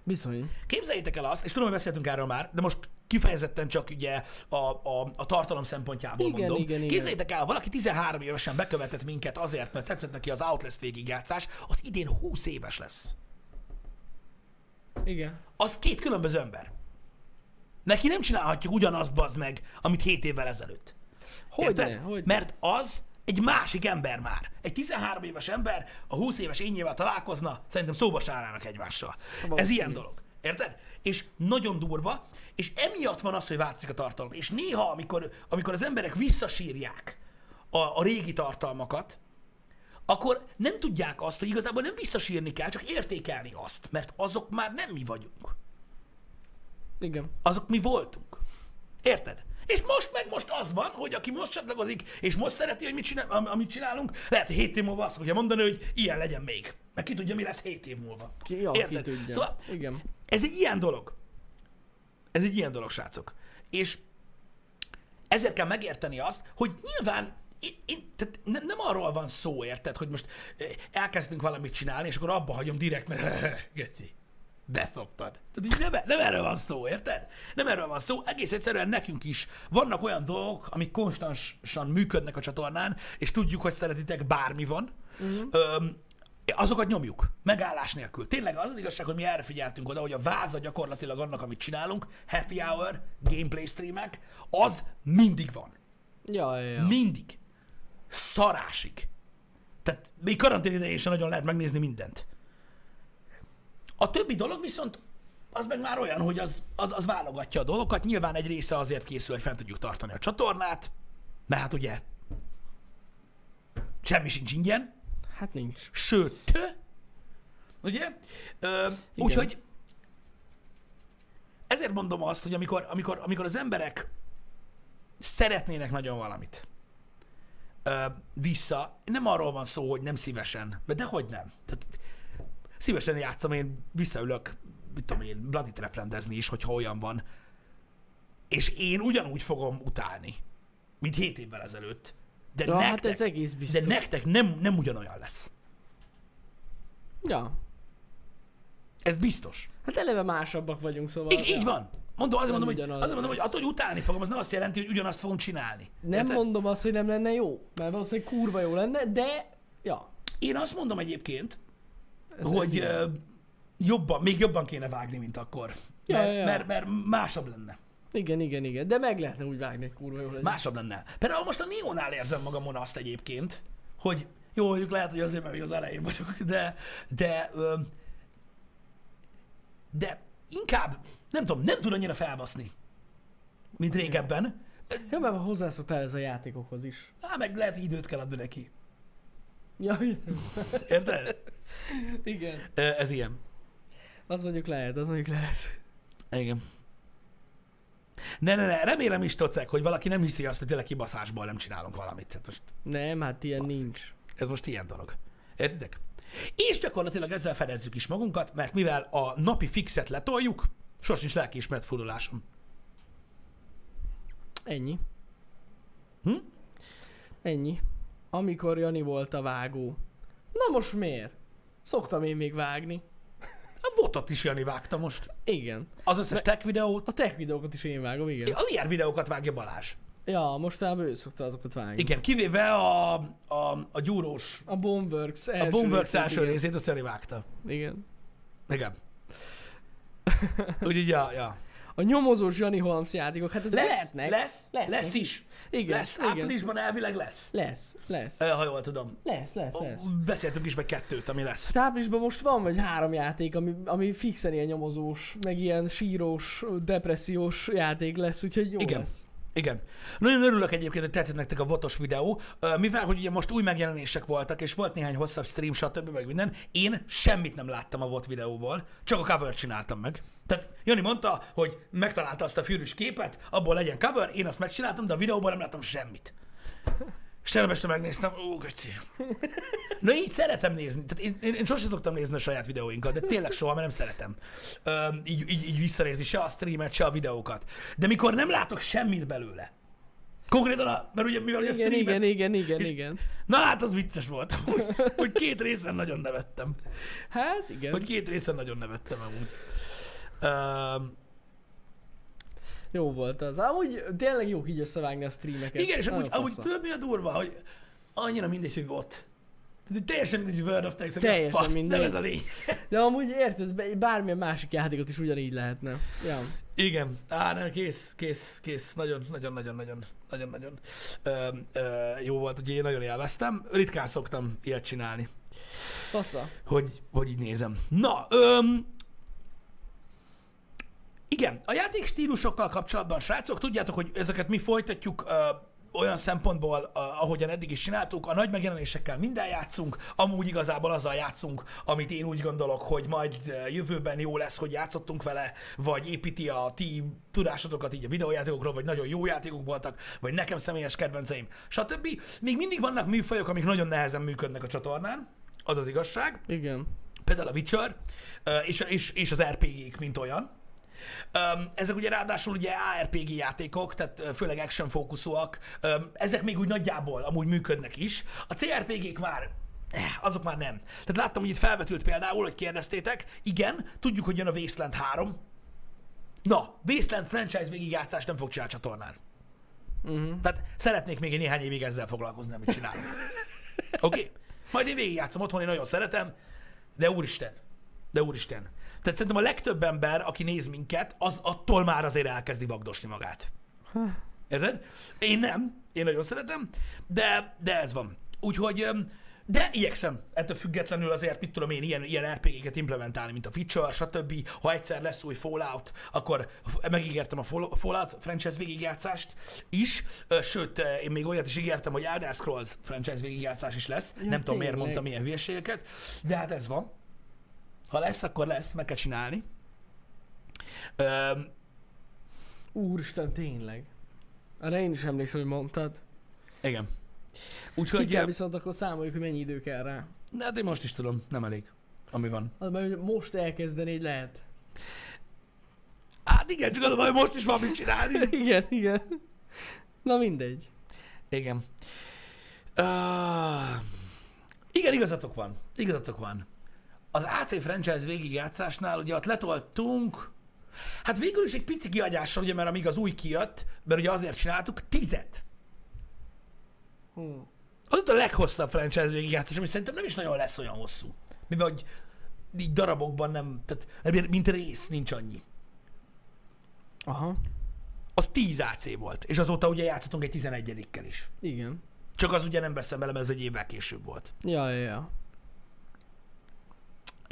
[SPEAKER 2] Bizony.
[SPEAKER 1] Képzeljétek el azt, és tudom, hogy beszéltünk erről már, de most kifejezetten csak ugye a, a, a tartalom szempontjából
[SPEAKER 2] Igen,
[SPEAKER 1] mondom.
[SPEAKER 2] igen, igen.
[SPEAKER 1] Képzeljétek el, valaki 13 évesen bekövetett minket azért, mert tetszett neki az Outlast végigjátszás, az idén 20 éves lesz.
[SPEAKER 2] Igen.
[SPEAKER 1] Az két különböző ember. Neki nem csinálhatjuk ugyanazt, bazd meg, amit 7 évvel ezelőtt.
[SPEAKER 2] Hogyne,
[SPEAKER 1] Érted?
[SPEAKER 2] hogy
[SPEAKER 1] Mert az egy másik ember már. Egy 13 éves ember a 20 éves énnyével találkozna, szerintem szóba se állnának egymással. Ez
[SPEAKER 2] valószínű.
[SPEAKER 1] ilyen dolog. Érted? És nagyon durva, és emiatt van az, hogy változik a tartalom. És néha, amikor, amikor az emberek visszasírják a, a régi tartalmakat, akkor nem tudják azt, hogy igazából nem visszasírni kell, csak értékelni azt, mert azok már nem mi vagyunk
[SPEAKER 2] Igen.
[SPEAKER 1] azok mi voltunk. Érted? És most meg most az van, hogy aki most csatlakozik, és most szereti, hogy mit csinál, am- amit csinálunk, lehet, hogy 7 év múlva azt fogja mondani, hogy ilyen legyen még. Meg ki tudja, mi lesz 7 év múlva.
[SPEAKER 2] Ki, ja, ki
[SPEAKER 1] Érted?
[SPEAKER 2] tudja.
[SPEAKER 1] Szóval
[SPEAKER 2] Igen.
[SPEAKER 1] ez egy ilyen dolog. Ez egy ilyen dolog, srácok. És ezért kell megérteni azt, hogy nyilván én, én, tehát ne, nem arról van szó, érted, hogy most eh, elkezdünk valamit csinálni, és akkor abba hagyom direkt, mert geci, beszoktad. Tehát így nem, nem erről van szó, érted? Nem erről van szó, egész egyszerűen nekünk is vannak olyan dolgok, amik konstansan működnek a csatornán, és tudjuk, hogy szeretitek, bármi van. Uh-huh. Öm, azokat nyomjuk, megállás nélkül. Tényleg az az igazság, hogy mi erre figyeltünk oda, hogy a váza gyakorlatilag annak, amit csinálunk, happy hour, gameplay streamek, az mindig van.
[SPEAKER 2] Ja, ja, ja.
[SPEAKER 1] Mindig. Szarásig. Tehát még karantén idején sem nagyon lehet megnézni mindent. A többi dolog viszont az meg már olyan, hogy az, az, az válogatja a dolgokat. Nyilván egy része azért készül, hogy fent tudjuk tartani a csatornát, mert hát ugye semmi sincs ingyen,
[SPEAKER 2] Hát nincs.
[SPEAKER 1] sőt, ugye? Ö, Úgyhogy ezért mondom azt, hogy amikor, amikor, amikor az emberek szeretnének nagyon valamit ö, vissza, nem arról van szó, hogy nem szívesen, mert dehogy nem. Tehát szívesen játszom, én visszaülök, mit tudom én, Bloody Trap rendezni is, hogyha olyan van. És én ugyanúgy fogom utálni, mint 7 évvel ezelőtt. De,
[SPEAKER 2] Ja,
[SPEAKER 1] nektek,
[SPEAKER 2] hát ez egész
[SPEAKER 1] de
[SPEAKER 2] biztos.
[SPEAKER 1] nektek nem, nem ugyanolyan lesz.
[SPEAKER 2] Ja.
[SPEAKER 1] Ez biztos.
[SPEAKER 2] Hát eleve másabbak vagyunk, szóval...
[SPEAKER 1] Így, így van. Mondom, azért
[SPEAKER 2] Nem
[SPEAKER 1] mondom, hogy,
[SPEAKER 2] ugyanaz
[SPEAKER 1] azért mondom, hogy
[SPEAKER 2] lesz.
[SPEAKER 1] attól, hogy utálni fogom, az nem azt jelenti, hogy ugyanazt fogom csinálni.
[SPEAKER 2] Nem
[SPEAKER 1] Érted?
[SPEAKER 2] mondom azt, hogy nem lenne jó, mert valószínűleg kurva jó lenne, de... Ja.
[SPEAKER 1] Én azt mondom egyébként,
[SPEAKER 2] Ez,
[SPEAKER 1] hogy
[SPEAKER 2] igen.
[SPEAKER 1] ö, jobban, még jobban kéne vágni, mint akkor.
[SPEAKER 2] Ja,
[SPEAKER 1] mert,
[SPEAKER 2] ja, ja.
[SPEAKER 1] Mert, mert másabb lenne.
[SPEAKER 2] igen, igen, igen, de meg lehetne úgy vágni, hogy kurva jó lenne.
[SPEAKER 1] Másabb lenne. Például most a Neonál érzem magamon azt egyébként, hogy jó, mondjuk lehet, hogy azért, mert még az elején vagyok, de, de, ö, de inkább, nem tudom, nem tud annyira felbaszni, mint régebben.
[SPEAKER 2] Ja, mert hozzászoktál ez a játékokhoz is.
[SPEAKER 1] Á, meg lehet, hogy időt kell adni neki.
[SPEAKER 2] Ja,
[SPEAKER 1] Érted?
[SPEAKER 2] igen.
[SPEAKER 1] Ö, Ez ilyen.
[SPEAKER 2] Az mondjuk lehet, az mondjuk lehet.
[SPEAKER 1] Igen. Ne, ne, ne, remélem is, Tocek, hogy valaki nem hiszi azt, hogy tényleg kibaszásból nem csinálunk valamit. Tehát most,
[SPEAKER 2] Nem, hát ilyen nincs.
[SPEAKER 1] ez most ilyen dolog. Értitek? És gyakorlatilag ezzel fedezzük is magunkat, mert mivel a napi fixet letoljuk, sosincs lelkiismert furdulásom.
[SPEAKER 2] Ennyi.
[SPEAKER 1] Hm?
[SPEAKER 2] Ennyi. Amikor Jani volt a vágó. Na most miért? Szoktam én még vágni.
[SPEAKER 1] A votot is Jani vágta most.
[SPEAKER 2] Igen.
[SPEAKER 1] Az összes tech videót.
[SPEAKER 2] A tech videókat is én vágom, igen.
[SPEAKER 1] A VR videókat vágja Balázs.
[SPEAKER 2] Ja, mostában ő szokta azokat vágni.
[SPEAKER 1] Igen, kivéve a, a, a gyúrós,
[SPEAKER 2] A Bombworks első
[SPEAKER 1] a Boomworks
[SPEAKER 2] részét,
[SPEAKER 1] első
[SPEAKER 2] igen.
[SPEAKER 1] részét, azt Jani vágta.
[SPEAKER 2] Igen.
[SPEAKER 1] Igen. Úgyhogy, ja, ja.
[SPEAKER 2] A nyomozós Jani Holmes játékok, hát ez
[SPEAKER 1] Lesz,
[SPEAKER 2] lehetnek.
[SPEAKER 1] lesz, lesz,
[SPEAKER 2] lesznek.
[SPEAKER 1] lesz is.
[SPEAKER 2] Igen,
[SPEAKER 1] lesz,
[SPEAKER 2] igen.
[SPEAKER 1] áprilisban elvileg lesz.
[SPEAKER 2] Lesz, lesz,
[SPEAKER 1] Ö, Ha jól tudom.
[SPEAKER 2] lesz, lesz, lesz.
[SPEAKER 1] Beszéltünk is meg kettőt, ami lesz.
[SPEAKER 2] Tehát áprilisban most van vagy három játék, ami, ami fixen ilyen nyomozós, meg ilyen sírós, depressziós játék lesz, úgyhogy jó
[SPEAKER 1] Igen.
[SPEAKER 2] lesz.
[SPEAKER 1] Igen. Nagyon örülök egyébként, hogy tetszett nektek a votos videó, Ö, mivel hogy ugye most új megjelenések voltak, és volt néhány hosszabb stream, stb. meg minden, én semmit nem láttam a vot videóból, csak a cover csináltam meg. Tehát Jani mondta, hogy megtalálta azt a fűrűs képet, abból legyen cover, én azt megcsináltam, de a videóban nem láttam semmit. És tegnap este megnéztem, ó, köcsi. Na így szeretem nézni. Tehát én, én, én sosem szoktam nézni a saját videóinkat, de tényleg soha, mert nem szeretem. Öm, így, így, így visszanézni se a streamet, se a videókat. De mikor nem látok semmit belőle, konkrétan, a, mert ugye mivel a
[SPEAKER 2] Igen,
[SPEAKER 1] streamet...
[SPEAKER 2] igen, igen, igen,
[SPEAKER 1] és-
[SPEAKER 2] igen.
[SPEAKER 1] Na hát az vicces volt, hogy, hogy két részen nagyon nevettem.
[SPEAKER 2] Hát igen,
[SPEAKER 1] Hogy két részen nagyon nevettem amúgy. Öm,
[SPEAKER 2] jó volt az. Amúgy tényleg jó így összevágni a streameket.
[SPEAKER 1] igen, és amúgy,
[SPEAKER 2] Nagyon
[SPEAKER 1] amúgy
[SPEAKER 2] fasza.
[SPEAKER 1] tudod mi a durva, hogy annyira mindegy, hogy volt. Tehát teljesen mindegy, hogy World of Tanks, vagy mi a
[SPEAKER 2] Teljesen
[SPEAKER 1] fasz,
[SPEAKER 2] mindegy.
[SPEAKER 1] nem ez a lény.
[SPEAKER 2] De amúgy érted, be- bármilyen másik játékot is ugyanígy lehetne. Ja.
[SPEAKER 1] Igen, á, nem, kész, kész, kész, nagyon, nagyon, nagyon, nagyon, nagyon, nagyon ö, ö, jó volt, ugye én nagyon élveztem, ritkán szoktam ilyet csinálni,
[SPEAKER 2] Fasza.
[SPEAKER 1] hogy, hogy így nézem. Na, öm, igen, a játék stílusokkal kapcsolatban, srácok, tudjátok, hogy ezeket mi folytatjuk ö, olyan szempontból, a- ahogyan eddig is csináltuk, a nagy megjelenésekkel minden játszunk, amúgy igazából azzal játszunk, amit én úgy gondolok, hogy majd eh, jövőben jó lesz, hogy játszottunk vele, vagy építi a ti tudásotokat így a videójátékokról, vagy nagyon jó játékok voltak, vagy nekem személyes kedvenceim, stb. Még mindig vannak műfajok, amik nagyon nehezen működnek a csatornán, az az igazság,
[SPEAKER 2] Igen.
[SPEAKER 1] például a Witcher, ö, és, és, és az RPG-k, mint olyan. Öm, Ezek ugye ráadásul ugye ARPG játékok, tehát ö, főleg action fókuszúak, Öm, ezek még úgy nagyjából amúgy működnek is. A CRPG-k már eh, azok már nem. Tehát láttam, hogy itt felvetült például, hogy kérdeztétek, igen, tudjuk, hogy jön a Wasteland 3. Na, Wasteland franchise végigjátszást nem fog csinálni a csatornán. Uh-huh. Tehát szeretnék még egy néhány évig ezzel foglalkozni, amit csinálok. Oké? Okay? Majd én végigjátszom otthon, én nagyon szeretem, de úristen, de úristen. Tehát szerintem a legtöbb ember, aki néz minket, az attól már azért elkezdi vagdosni magát. Érted? Én nem, én nagyon szeretem, de, de ez van. Úgyhogy, öm, de igyekszem ettől függetlenül azért, mit tudom én, ilyen, ilyen RPG-ket implementálni, mint a Witcher, stb. Ha egyszer lesz új Fallout, akkor f- megígértem a Fall- Fallout franchise végigjátszást is, Ö, sőt, ö, én még olyat is ígértem, hogy Elder Scrolls franchise végigjátszás is lesz. Nem tudom, miért
[SPEAKER 2] tényleg.
[SPEAKER 1] mondtam ilyen hülyeségeket, de hát ez van. Ha lesz, akkor lesz, meg kell csinálni. Öm,
[SPEAKER 2] Úristen, tényleg. Arra én is emlékszem, hogy mondtad.
[SPEAKER 1] igen.
[SPEAKER 2] Ki
[SPEAKER 1] Úgyhogy,
[SPEAKER 2] kell
[SPEAKER 1] ö,
[SPEAKER 2] viszont akkor számoljuk, hogy mennyi idő kell rá.
[SPEAKER 1] de hát én most is tudom, nem elég, ami van.
[SPEAKER 2] Az már, hogy most elkezdeni így lehet.
[SPEAKER 1] Hát igen, csak az a baj, hogy most is van mit csinálni.
[SPEAKER 2] igen, igen. Na mindegy.
[SPEAKER 1] Igen. Uh, igen, igazatok van. Igazatok van. Az AC franchise végigjátszásnál ugye ott letoltunk, hát végül is egy pici kiagyással, ugye, mert amíg az új kijött, mert ugye azért csináltuk, tizet.
[SPEAKER 2] Hú.
[SPEAKER 1] Az ott a leghosszabb franchise végigjátszás, ami szerintem nem is nagyon lesz olyan hosszú. Mivel hogy így darabokban nem, tehát mint rész nincs annyi.
[SPEAKER 2] Aha.
[SPEAKER 1] Az 10 AC volt, és azóta ugye játszottunk egy 11 is.
[SPEAKER 2] Igen.
[SPEAKER 1] Csak az ugye nem veszem bele, mert ez egy évvel később volt.
[SPEAKER 2] Ja, ja, ja.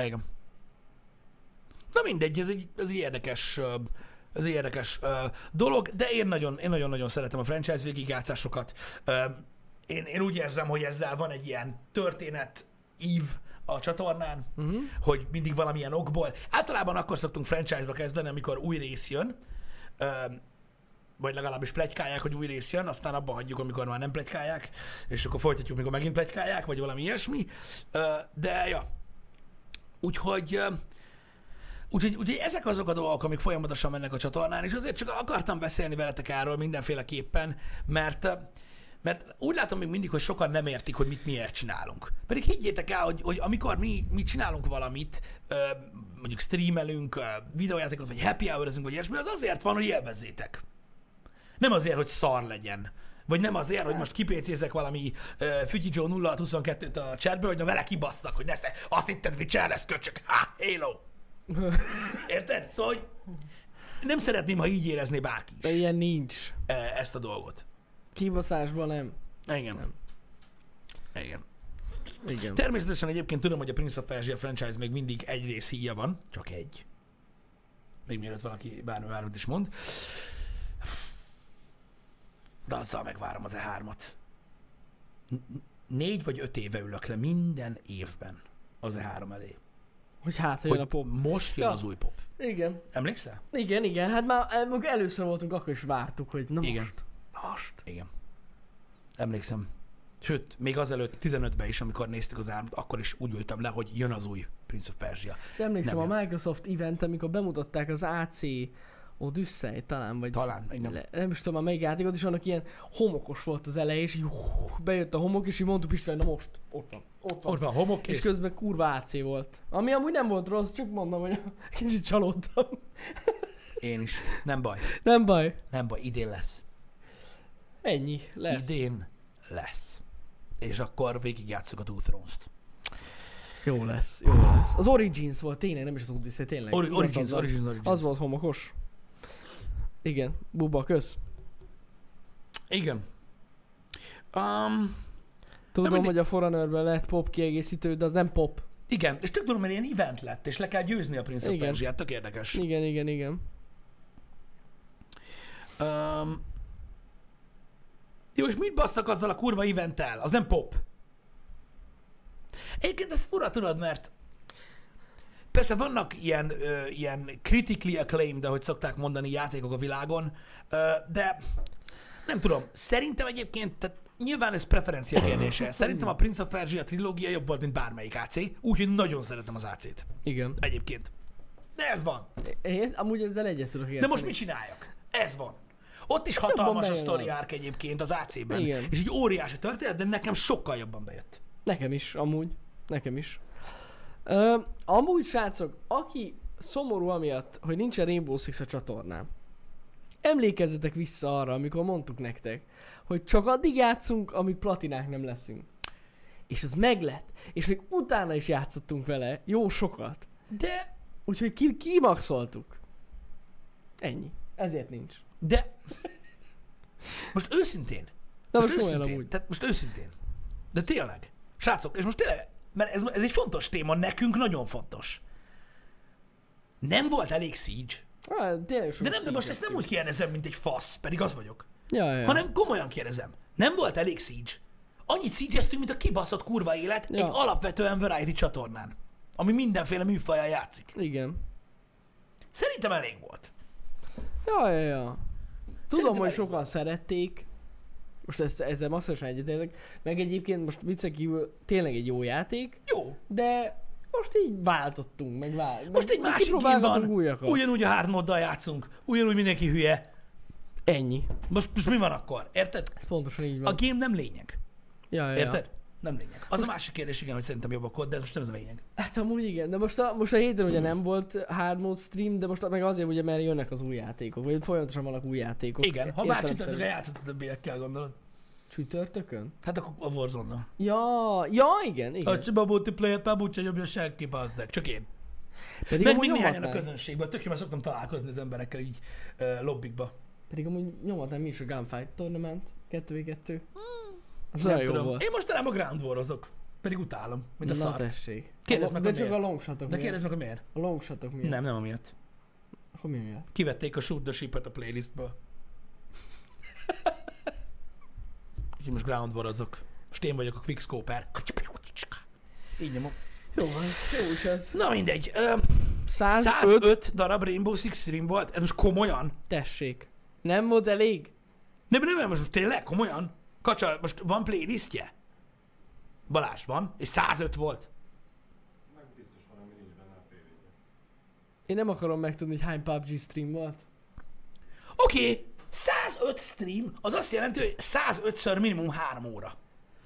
[SPEAKER 1] Igen. Na mindegy, ez egy, ez egy érdekes, ö, ez egy érdekes ö, dolog, de én nagyon, én nagyon-nagyon szeretem a franchise végigjátszásokat. Ö, Én, én úgy érzem, hogy ezzel van egy ilyen történet ív a csatornán, uh-huh. hogy mindig valamilyen okból. Általában akkor szoktunk franchise-ba kezdeni, amikor új rész jön, Ö, vagy legalábbis plegykálják, hogy új rész jön, aztán abba hagyjuk, amikor már nem plegykálják, és akkor folytatjuk, amikor megint plegykálják, vagy valami ilyesmi. Ö, De ja, Úgyhogy, ö, úgyhogy, úgyhogy ezek azok a dolgok, amik folyamatosan mennek a csatornán, és azért csak akartam beszélni veletek erről mindenféleképpen, mert ö, mert úgy látom még mindig, hogy sokan nem értik, hogy mit miért csinálunk. Pedig higgyétek el, hogy, hogy amikor mi, mi csinálunk valamit, ö, mondjuk streamelünk, ö, videójátékot, vagy happy hour vagy ilyesmi, az azért van, hogy élvezzétek. Nem azért, hogy szar legyen. Vagy nem azért, hogy most kipécézek valami uh, Fügyi Joe 0622-t a chatből, hogy na vele kibasszak, hogy nesze, azt hitted, hogy lesz köcsök. Ha, Halo. Érted? Szóval, hogy nem szeretném, ha így érezné bárki
[SPEAKER 2] De
[SPEAKER 1] is
[SPEAKER 2] ilyen nincs.
[SPEAKER 1] eh, ezt a dolgot.
[SPEAKER 2] Kibaszásban nem.
[SPEAKER 1] Igen. Igen.
[SPEAKER 2] Igen.
[SPEAKER 1] Természetesen egyébként tudom, hogy a Prince of Persia franchise még mindig egy rész híja van. Csak egy. Még mielőtt valaki bármi bármit is mond. De azzal megvárom az E3-at. N- n- Négy vagy öt éve ülök le minden évben az E3 elé.
[SPEAKER 2] Hogy hát, hogy
[SPEAKER 1] Hogy
[SPEAKER 2] a pop.
[SPEAKER 1] most jön
[SPEAKER 2] Ja.
[SPEAKER 1] az új pop.
[SPEAKER 2] Igen.
[SPEAKER 1] Emlékszel?
[SPEAKER 2] Igen, igen. Hát már eh, amikor először voltunk, akkor is vártuk, hogy na most.
[SPEAKER 1] Igen.
[SPEAKER 2] Most.
[SPEAKER 1] Igen. Emlékszem. Sőt, még azelőtt 15-ben is, amikor néztük az áramot, akkor is úgy ültem le, hogy jön az új Prince of Persia.
[SPEAKER 2] De emlékszem,
[SPEAKER 1] Nem
[SPEAKER 2] a Microsoft event, amikor bemutatták az AC Odyssey talán, vagy
[SPEAKER 1] Talán, vagy nem.
[SPEAKER 2] Le, nem is tudom már melyik játékot, és annak ilyen homokos volt az eleje, és így hú, bejött a homok, és így mondtuk István, na most, ott van, ott van.
[SPEAKER 1] Ott van, homok
[SPEAKER 2] és közben kurva AC volt. Ami amúgy nem volt rossz, csak mondom, hogy kicsit csalódtam.
[SPEAKER 1] Én is. Nem baj.
[SPEAKER 2] Nem baj.
[SPEAKER 1] Nem baj, idén lesz.
[SPEAKER 2] Ennyi lesz.
[SPEAKER 1] Idén lesz. És akkor végigjátszok a Two Thrones-t.
[SPEAKER 2] Jó lesz, jó lesz. Ah, Az Origins volt tényleg, nem is az Odyssey, tényleg.
[SPEAKER 1] Ori-
[SPEAKER 2] Igazad
[SPEAKER 1] Origins,
[SPEAKER 2] van.
[SPEAKER 1] Origins, Origins.
[SPEAKER 2] Az volt homokos. Igen, buba, kösz.
[SPEAKER 1] Igen. Um,
[SPEAKER 2] Tudom,
[SPEAKER 1] mindig-
[SPEAKER 2] hogy a Foranörben lett pop kiegészítő, de az nem pop.
[SPEAKER 1] igen, és tök tudom, mert ilyen event lett, és le kell győzni a Prince of
[SPEAKER 2] Igen.
[SPEAKER 1] Persia-t, tök érdekes.
[SPEAKER 2] Igen, igen, igen.
[SPEAKER 1] Um, Jó, és mit basszak azzal a kurva eventtel? Az nem pop. Egyébként ez fura, tudod, mert persze vannak ilyen, ö, ilyen critically acclaimed, ahogy szokták mondani, játékok a világon, ö, de nem tudom, szerintem egyébként, tehát nyilván ez preferencia kérdése. Szerintem a Prince of Persia trilógia jobb volt, mint bármelyik AC, úgyhogy nagyon szeretem az AC-t.
[SPEAKER 2] Igen.
[SPEAKER 1] Egyébként. De ez van.
[SPEAKER 2] Én amúgy ezzel egyet tudok érteni.
[SPEAKER 1] De most mit csináljak? Ez van. Ott is hatalmas a
[SPEAKER 2] bejön
[SPEAKER 1] sztori
[SPEAKER 2] az.
[SPEAKER 1] árk egyébként az AC-ben.
[SPEAKER 2] Igen.
[SPEAKER 1] És egy óriási történet, de nekem sokkal jobban bejött.
[SPEAKER 2] Nekem is, amúgy. Nekem is. Ö, amúgy, srácok, aki szomorú amiatt, hogy nincsen Rainbow Six a csatornám, emlékezzetek vissza arra, amikor mondtuk nektek, hogy csak addig játszunk, amíg platinák nem leszünk. És ez meglett. És még utána is játszottunk vele jó sokat.
[SPEAKER 1] De,
[SPEAKER 2] Úgyhogy ki, kimaxoltuk. Ennyi. Ezért nincs.
[SPEAKER 1] de... Most őszintén.
[SPEAKER 2] Na
[SPEAKER 1] most
[SPEAKER 2] most komolyan
[SPEAKER 1] őszintén.
[SPEAKER 2] amúgy.
[SPEAKER 1] Tehát most őszintén. De tényleg. Srácok, és most tényleg, mert ez, ez egy fontos téma, nekünk nagyon fontos. Nem volt elég Siege.
[SPEAKER 2] Ah, tényleg
[SPEAKER 1] De nem, de most ezt nem úgy kérdezem, mint egy fasz, pedig az vagyok.
[SPEAKER 2] Ja, ja.
[SPEAKER 1] hanem komolyan kérdezem. Nem volt elég Siege? Annyit szigyeztünk, mint a kibaszott kurva élet ja.
[SPEAKER 2] Ja.
[SPEAKER 1] egy alapvetően variety csatornán, ami mindenféle műfajjal játszik.
[SPEAKER 2] Igen.
[SPEAKER 1] Szerintem elég volt.
[SPEAKER 2] Ja, ja, ja. Tudom,
[SPEAKER 1] Szerintem
[SPEAKER 2] hogy
[SPEAKER 1] elég
[SPEAKER 2] sokan szerették. Most ezt, ezzel masszorsan egyetértek. Meg egyébként most viccek kívül tényleg egy jó játék,
[SPEAKER 1] Jó.
[SPEAKER 2] de most így váltottunk, meg vált.
[SPEAKER 1] Most egy másik game van.
[SPEAKER 2] kipróbálgatunk újakat.
[SPEAKER 1] Ugyanúgy a hard moddal játszunk. Ugyanúgy mindenki hülye.
[SPEAKER 2] Ennyi.
[SPEAKER 1] Most, most mi van akkor? Érted?
[SPEAKER 2] Ez pontosan így
[SPEAKER 1] A
[SPEAKER 2] van.
[SPEAKER 1] game nem lényeg.
[SPEAKER 2] Ja, ja, ja.
[SPEAKER 1] Érted? Nem lényeg. Az a másik kérdés, igen, hogy szerintem jobb a kod, de ez most nem ez a lényeg.
[SPEAKER 2] Hát amúgy igen, de most a, most a héten ugye nem volt hard mode stream, de most meg azért ugye, mert jönnek az új játékok, vagy folyamatosan vannak új játékok.
[SPEAKER 1] Igen, ha bár
[SPEAKER 2] Értelemszerűen.
[SPEAKER 1] csütörtökre játszott a többiekkel, gondolod.
[SPEAKER 2] Csütörtökön?
[SPEAKER 1] Hát akkor a Warzone-nal.
[SPEAKER 2] Ja, ja igen,
[SPEAKER 1] A
[SPEAKER 2] igen.
[SPEAKER 1] csiba multiplayer-t már úgy se jobbja senki, bazzeg. Csak én.
[SPEAKER 2] Pedig
[SPEAKER 1] Meg
[SPEAKER 2] amúgy
[SPEAKER 1] még néhányan a
[SPEAKER 2] nyomhatnánk.
[SPEAKER 1] közönségben, tök jó, mert szoktam találkozni az emberekkel így uh, lobbikba.
[SPEAKER 2] Pedig amúgy nyomatnám mi is a Gunfight Tournament 2v2. Az
[SPEAKER 1] Nem
[SPEAKER 2] olyan jó
[SPEAKER 1] tudom.
[SPEAKER 2] volt.
[SPEAKER 1] Én mostanában ground warozok, pedig utálom, mint a
[SPEAKER 2] Na
[SPEAKER 1] szart.
[SPEAKER 2] tessék.
[SPEAKER 1] Kérdezd
[SPEAKER 2] A-
[SPEAKER 1] meg,
[SPEAKER 2] De
[SPEAKER 1] hogy
[SPEAKER 2] csak a
[SPEAKER 1] miért.
[SPEAKER 2] longshotok
[SPEAKER 1] De
[SPEAKER 2] miatt.
[SPEAKER 1] kérdezd meg, hogy miért?
[SPEAKER 2] A longshotok miatt.
[SPEAKER 1] Nem, nem amiatt.
[SPEAKER 2] Akkor mi miatt?
[SPEAKER 1] Kivették a Shoot the Ship-et a playlistből. Úgyhogy most ground warozok. Most én vagyok a quickscoper. Így nyomom.
[SPEAKER 2] Jó van, jó is ez.
[SPEAKER 1] Na mindegy. Ö,
[SPEAKER 2] 105,
[SPEAKER 1] 105 darab Rainbow Six Stream volt. Ez most komolyan?
[SPEAKER 2] tessék. Nem volt elég?
[SPEAKER 1] Nem, nem, nem, most most tényleg, komolyan? Kacsa, most van playlistje? Balázs van, és 105 volt.
[SPEAKER 3] Meg biztos van, ami nincs benne a playlistben.
[SPEAKER 2] Én nem akarom megtudni, hogy hány PUBG stream volt.
[SPEAKER 1] Oké, okay, 105 stream, az azt jelenti, hogy 105-ször minimum 3 óra.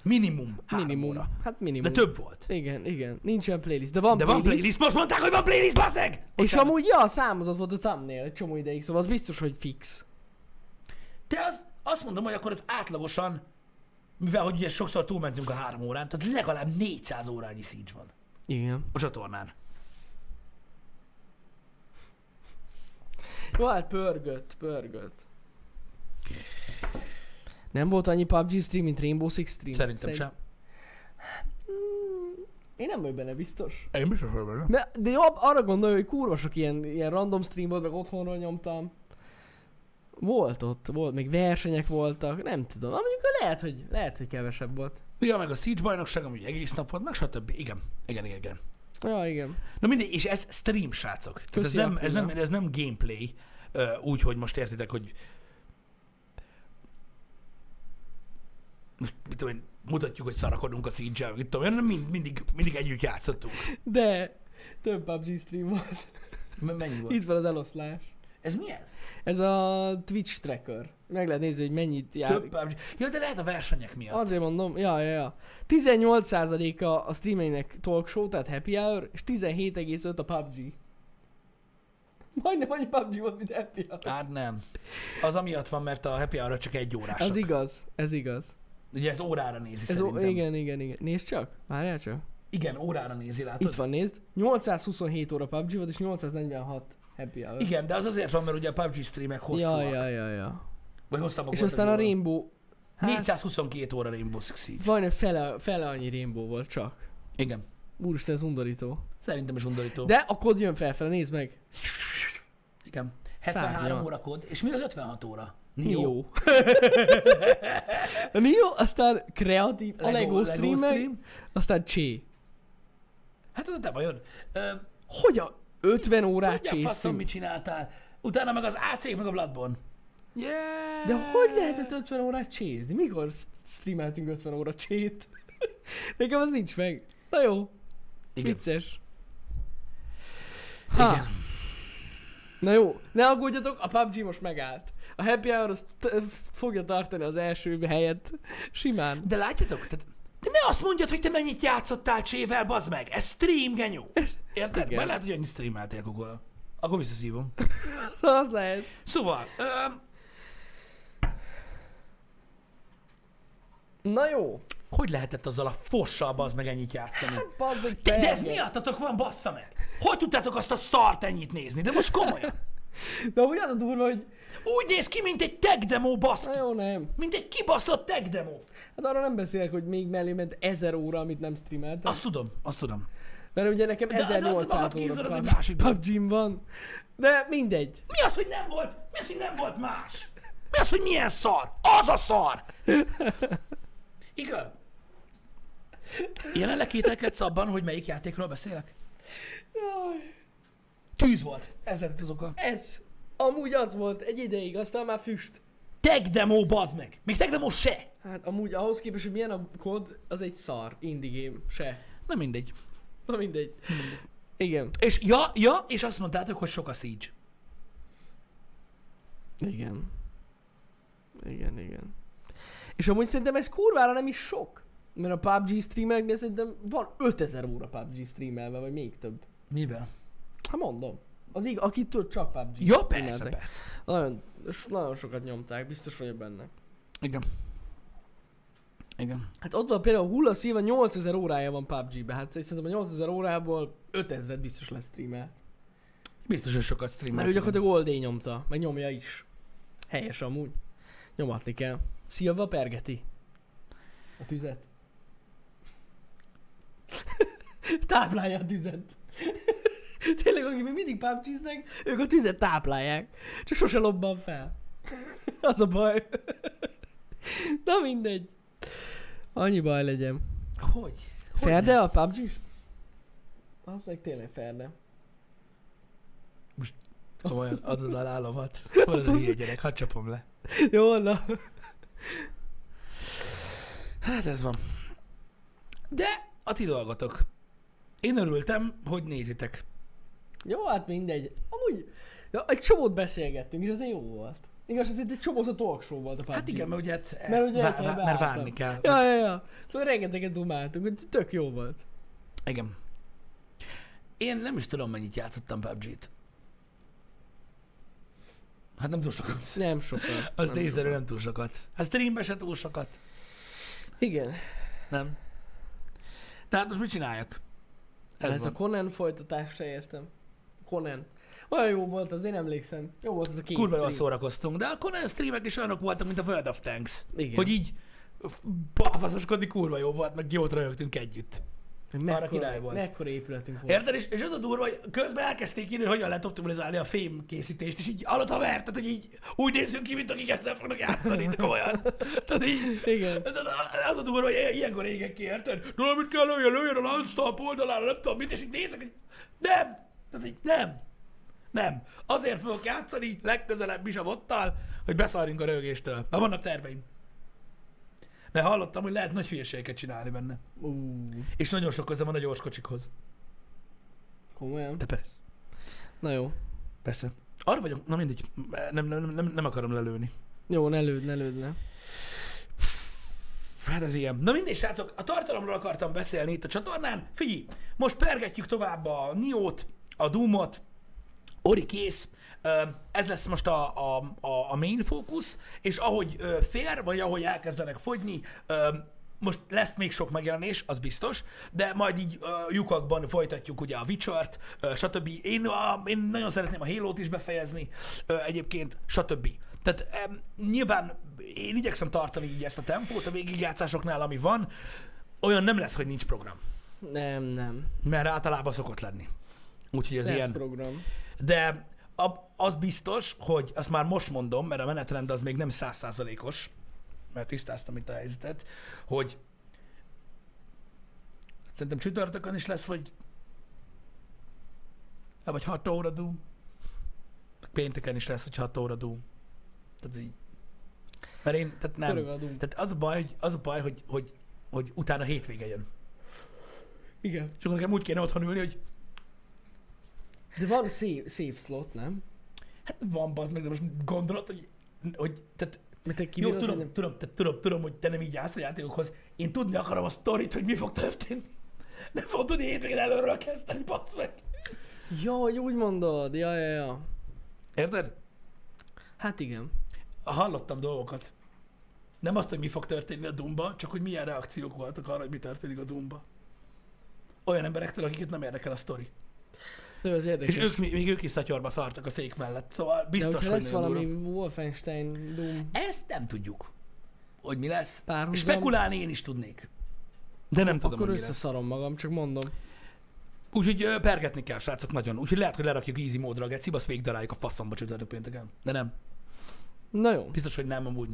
[SPEAKER 1] Minimum 3
[SPEAKER 2] Minimum.
[SPEAKER 1] óra.
[SPEAKER 2] Hát minimum.
[SPEAKER 1] De több volt.
[SPEAKER 2] Igen, igen. Nincsen playlist. De van
[SPEAKER 1] De van
[SPEAKER 2] playlist.
[SPEAKER 1] playlist, most mondták, hogy van playlist, bazzeg!
[SPEAKER 2] És amúgy, ja, számozott volt a thumbnail egy csomó ideig, szóval az biztos, hogy fix.
[SPEAKER 1] Te az, azt mondom, hogy akkor az átlagosan, mivel hogy ugye sokszor túlmentünk a 3 órán, tehát legalább 400 órányi Siege van
[SPEAKER 2] Igen.
[SPEAKER 1] a csatornán.
[SPEAKER 2] Jó, hát pörgött, pörgött. Nem volt annyi PUBG stream, mint Rainbow Six stream?
[SPEAKER 1] Szerintem sem.
[SPEAKER 2] Én nem vagyok benne biztos.
[SPEAKER 1] Én biztos vagyok benne.
[SPEAKER 2] Mert, de jobb, arra gondolom, hogy kurva sok ilyen, ilyen random stream volt, meg otthonról nyomtam. Volt ott, volt, még versenyek voltak, nem tudom. Na, mondjuk lehet, hogy, lehet, hogy kevesebb volt.
[SPEAKER 1] Ja, meg a Siege bajnokság, ami ugye egész nap volt, meg stb. Igen, igen, igen, igen.
[SPEAKER 2] Ja, igen.
[SPEAKER 1] Na mindegy, és ez stream, srácok. Tehát ez
[SPEAKER 2] Köszi,
[SPEAKER 1] nem, ez,
[SPEAKER 2] Attila.
[SPEAKER 1] nem, ez nem gameplay, ö, úgy, hogy most értitek, hogy most mit tudom én, mutatjuk, hogy szarakodunk a siege mit tudom én, hanem mind, mindig, mindig együtt játszottunk.
[SPEAKER 2] De több PUBG stream volt.
[SPEAKER 1] M- mennyi volt?
[SPEAKER 2] Itt van az eloszlás.
[SPEAKER 1] Ez mi ez?
[SPEAKER 2] Ez a Twitch tracker. Meg lehet nézni, hogy mennyit jár.
[SPEAKER 1] Több PUBG. Ja, de lehet a versenyek miatt.
[SPEAKER 2] Azért mondom, ja, ja, ja. 18%-a a streamingnek talk show, tehát happy hour, és 17,5 a PUBG. Majdnem annyi PUBG volt, mint happy hour.
[SPEAKER 1] Hát nem. Az amiatt van, mert a happy hour csak egy órás.
[SPEAKER 2] Az igaz, ez igaz.
[SPEAKER 1] Ugye ez órára nézi
[SPEAKER 2] Ez ó,
[SPEAKER 1] szerintem. igen.
[SPEAKER 2] igen, igen, igen. Nézd csak, várjál csak.
[SPEAKER 1] igen, órára nézi, látod?
[SPEAKER 2] Itt van, nézd. 827 óra PUBG volt, és 846 happy hour.
[SPEAKER 1] Igen, de az azért van, mert ugye a PUBG streamek hosszúak.
[SPEAKER 2] Ja, ja, ja, ja.
[SPEAKER 1] Vagy hosszabbak
[SPEAKER 2] És
[SPEAKER 1] voltak
[SPEAKER 2] aztán a
[SPEAKER 1] jóval.
[SPEAKER 2] Rainbow... Hát,
[SPEAKER 1] 422 óra Rainbow Six Siege.
[SPEAKER 2] majdnem fele, fele annyi Rainbow volt csak.
[SPEAKER 1] Igen.
[SPEAKER 2] Úristen, ez undorító.
[SPEAKER 1] Szerintem is undorító.
[SPEAKER 2] De a kód jön felfele, nézd meg.
[SPEAKER 1] Igen. 73
[SPEAKER 2] Szárnya.
[SPEAKER 1] óra kód. És mi az 56 óra?
[SPEAKER 2] Nio. A Nio, aztán kreatív, a Lego, streamek, aztán Csé.
[SPEAKER 1] Hát az a te bajod. Ö,
[SPEAKER 2] Hogy a 50 órát
[SPEAKER 1] Tudja faszom,
[SPEAKER 2] csészünk?
[SPEAKER 1] mit csináltál. Utána meg az AC, meg a Bloodborne. Yeah.
[SPEAKER 2] De hogy lehetett 50 órát csézni? Mikor s- streameltünk 50 óra csét? Nekem az nincs meg. Na jó, Igen. vicces. Ha.
[SPEAKER 1] Igen.
[SPEAKER 2] Na jó, ne aggódjatok, a PUBG most megállt. A Happy Hour azt t- fogja tartani az első helyet. Simán.
[SPEAKER 1] De látjátok? Tehát, te ne azt mondjad, hogy te mennyit játszottál csével, bazd meg! Ez stream, genyó!
[SPEAKER 2] Ez-
[SPEAKER 1] Érted?
[SPEAKER 2] igen.
[SPEAKER 1] Már lehet, hogy annyit streameltél Google. Akkor visszaszívom.
[SPEAKER 2] Szóval az lehet.
[SPEAKER 1] Szóval, öm,
[SPEAKER 2] Na jó.
[SPEAKER 1] hogy lehetett azzal a fossal bazd meg ennyit
[SPEAKER 2] Hát
[SPEAKER 1] játszani?
[SPEAKER 2] Bazzeg,
[SPEAKER 1] Te, de ez
[SPEAKER 2] perge.
[SPEAKER 1] miattatok van, bassza meg! Hogy tudtátok azt a szart ennyit nézni? De most komolyan!
[SPEAKER 2] De úgy az a durva, hogy...
[SPEAKER 1] Úgy néz ki, mint egy tech demo, baszki!
[SPEAKER 2] Na jó, nem.
[SPEAKER 1] Mint egy kibaszott tech demo!
[SPEAKER 2] Hát arra nem beszélek, hogy még mellé ment 1000 óra, amit nem streameltem.
[SPEAKER 1] Azt tudom, azt tudom.
[SPEAKER 2] Mert ugye nekem
[SPEAKER 1] de azt a
[SPEAKER 2] 1800
[SPEAKER 1] rohadt kínzor, az
[SPEAKER 2] óra
[SPEAKER 1] egy másik dolog.
[SPEAKER 2] pubg van. De mindegy.
[SPEAKER 1] Mi az, hogy nem volt? Mi az, hogy nem volt más? Mi az, hogy milyen szar? Az a szar! Igaz? Jelenleg kételkedsz abban, hogy melyik játékról beszélek?
[SPEAKER 2] Jaj.
[SPEAKER 1] Tűz volt. Ez lett az oka.
[SPEAKER 2] Ez amúgy az volt egy ideig, aztán már füst.
[SPEAKER 1] Tech demo, bazd meg! Még tech demo se!
[SPEAKER 2] Hát amúgy ahhoz képest, hogy milyen a kód, az egy szar indie game, se.
[SPEAKER 1] Na mindegy.
[SPEAKER 2] Na mindegy.
[SPEAKER 1] Hmm.
[SPEAKER 2] Igen.
[SPEAKER 1] És ja, ja, és azt mondtátok, hogy sok a Siege.
[SPEAKER 2] Igen. Igen, igen. És amúgy szerintem ez kurvára nem is sok. Mert a PUBG streamereknél szerintem van 5000 óra PUBG streamelve, vagy még több.
[SPEAKER 1] Mivel?
[SPEAKER 2] Hát mondom. Az ig, akitől csak PUBG
[SPEAKER 1] Ja, persze,
[SPEAKER 2] streameltek.
[SPEAKER 1] persze.
[SPEAKER 2] Nagyon, s- nagyon sokat nyomták, biztos vagyok benne.
[SPEAKER 1] Igen. Igen.
[SPEAKER 2] Hát ott van például Hulla Szilva 8000 órája van PUBG-be, hát szerintem a 8000 órából 5000 biztos lesz streamelt.
[SPEAKER 1] Biztos, hogy sokat streamelt.
[SPEAKER 2] Mert ő
[SPEAKER 1] igen.
[SPEAKER 2] gyakorlatilag oldé nyomta, meg nyomja is. Helyes amúgy. Nyomatni kell. Szilva pergeti. A tüzet. Táplálja a tüzet. Tényleg, akik még mindig pápcsíznek, ők a tüzet táplálják. Csak sose lobban fel. Az a baj. Na mindegy. Annyi baj legyen.
[SPEAKER 1] Hogy? Hogy
[SPEAKER 2] Ferde
[SPEAKER 1] nem?
[SPEAKER 2] a pubg -s? Az meg tényleg ferde.
[SPEAKER 1] Komolyan adod a lálamat. Hol az a hülye gyerek? Hadd csapom le.
[SPEAKER 2] Jó, na.
[SPEAKER 1] Hát ez van. De a ti dolgotok. Én örültem, hogy nézitek. Hát
[SPEAKER 2] Jó, hát mindegy. Amúgy ja, egy csomót beszélgettünk, és azért jó volt. Igaz, azért egy csomó a talk show volt a PUBG.
[SPEAKER 1] Hát igen, mert ugye, hát,
[SPEAKER 2] Mert ugye el
[SPEAKER 1] vá-
[SPEAKER 2] kell
[SPEAKER 1] vá- mert
[SPEAKER 2] beálltam.
[SPEAKER 1] várni kell.
[SPEAKER 2] Ja, ja, ja. Szóval rengeteget dumáltunk, hogy tök jó volt.
[SPEAKER 1] Igen. Én nem is tudom, mennyit játszottam PUBG-t. Hát nem túl sokat.
[SPEAKER 2] Nem sokan.
[SPEAKER 1] Az
[SPEAKER 2] nem
[SPEAKER 1] nézőre
[SPEAKER 2] sokan.
[SPEAKER 1] nem túl sokat. Hát streambe se túl sokat.
[SPEAKER 2] Igen.
[SPEAKER 1] Nem. De hát most mit csináljak?
[SPEAKER 2] Ez,
[SPEAKER 1] Ez,
[SPEAKER 2] Ez a
[SPEAKER 1] van.
[SPEAKER 2] Conan folytatásra értem. Conan. Olyan jó volt az, én emlékszem. Jó volt az a két
[SPEAKER 1] Kurva jól
[SPEAKER 2] stream.
[SPEAKER 1] szórakoztunk, de akkor olyan streamek is olyanok voltak, mint a World of Tanks.
[SPEAKER 2] Igen.
[SPEAKER 1] Hogy így pávaszoskodni kurva jó volt, meg jót röhögtünk együtt.
[SPEAKER 2] Hogy mekkora,
[SPEAKER 1] király volt. Er-
[SPEAKER 2] Mekkora épületünk volt.
[SPEAKER 1] Érted? És, és az a durva, hogy közben elkezdték írni, hogy hogyan lehet optimalizálni a fémkészítést, és így alatt a ver, tehát hogy így úgy nézünk ki, mint akik ezzel fognak játszani, de komolyan. Tehát így,
[SPEAKER 2] Igen.
[SPEAKER 1] tehát az a durva, hogy ilyen- ilyenkor égek ki, érted? Na, mit kell lőjön, lőjön a lanctalp oldalára, nem tudom mit, és így nézek, hogy nem, tehát így nem, nem. Azért fogok játszani legközelebb is a bottal, hogy beszarjunk a rögéstől. Mert vannak terveim. Mert hallottam, hogy lehet nagy hülyeségeket csinálni benne.
[SPEAKER 2] Ú,
[SPEAKER 1] És nagyon sok köze van a gyors kocsikhoz.
[SPEAKER 2] komolyan.
[SPEAKER 1] De persze.
[SPEAKER 2] Na jó.
[SPEAKER 1] Persze. Arra vagyok, na mindegy, nem, nem, nem, nem akarom lelőni.
[SPEAKER 2] Jó, ne lőd, ne lőd, ne.
[SPEAKER 1] Hát ez ilyen. Na mindegy, srácok, a tartalomról akartam beszélni itt a csatornán. Figyelj, most pergetjük tovább a Niót, a Doomot, Ori kész, Ö, ez lesz most a, a, a, a main fókusz, és ahogy ö, fér, vagy ahogy elkezdenek fogyni, ö, most lesz még sok megjelenés, az biztos, de majd így ö, lyukakban folytatjuk ugye a Witcher-t, ö, stb. Én, a, én nagyon szeretném a Halo-t is befejezni, ö, egyébként, stb. Tehát em, nyilván én igyekszem tartani így ezt a tempót a végigjátszásoknál, ami van, olyan nem lesz, hogy nincs program,
[SPEAKER 2] Nem, nem.
[SPEAKER 1] mert általában szokott lenni. Úgyhogy ez
[SPEAKER 2] Lesz
[SPEAKER 1] ilyen...
[SPEAKER 2] program.
[SPEAKER 1] De A, az biztos, hogy azt már most mondom, mert a menetrend az még nem százszázalékos, mert tisztáztam itt a helyzetet, hogy szerintem csütörtökön is lesz, vagy Hát, vagy 6 óra Doom. Meg Pénteken is lesz, hogy 6 óra Doom. Tehát így. Mert én, tehát nem.
[SPEAKER 2] Pörög a Doom.
[SPEAKER 1] Tehát az a baj, hogy, az a baj, hogy, hogy, hogy utána hétvége jön.
[SPEAKER 2] Igen.
[SPEAKER 1] És akkor nekem úgy kéne otthon ülni, hogy
[SPEAKER 2] De van save, save slot, nem?
[SPEAKER 1] hát van bazd meg, de most gondolod, hogy, hogy tehát
[SPEAKER 2] Mert te
[SPEAKER 1] jó,
[SPEAKER 2] kibírod, vagy
[SPEAKER 1] tudom,
[SPEAKER 2] nem?
[SPEAKER 1] tudom, tehát tudom, tudom, hogy te nem így állsz a játékokhoz. Én tudni akarom a sztorit, hogy mi fog történni. Nem fog tudni hétvégén előről kezdeni, bassz meg.
[SPEAKER 2] Ja, hogy úgy mondod. Ja, ja, ja.
[SPEAKER 1] Érted?
[SPEAKER 2] Hát igen.
[SPEAKER 1] hallottam dolgokat. Nem azt, hogy mi fog történni a Dumba, csak hogy milyen reakciók voltak arra, hogy mi történik a Dumba. Olyan emberektől, akiket nem érdekel a sztori.
[SPEAKER 2] De ez
[SPEAKER 1] És
[SPEAKER 2] érdekes.
[SPEAKER 1] ők, mi- még ők is szatyorba szartak a szék mellett, szóval
[SPEAKER 2] De
[SPEAKER 1] biztos,
[SPEAKER 2] hogyha
[SPEAKER 1] hogy
[SPEAKER 2] lesz
[SPEAKER 1] nem
[SPEAKER 2] valami
[SPEAKER 1] valami...
[SPEAKER 2] Wolfenstein Doom
[SPEAKER 1] Ezt nem tudjuk, hogy mi lesz.
[SPEAKER 2] párhuzam,
[SPEAKER 1] Spekulálni én is tudnék. De nem tudom,
[SPEAKER 2] akkor
[SPEAKER 1] hogy mi lesz.
[SPEAKER 2] összeszarom magam, csak mondom.
[SPEAKER 1] Úgyhogy ö, pergetni kell, srácok, nagyon. Úgyhogy lehet, hogy lerakjuk easy módra a gecibe, azt végigdaráljuk a faszomba csütörtök pénteken. De nem.
[SPEAKER 2] Na jó.
[SPEAKER 1] Biztos, hogy nem amúgy.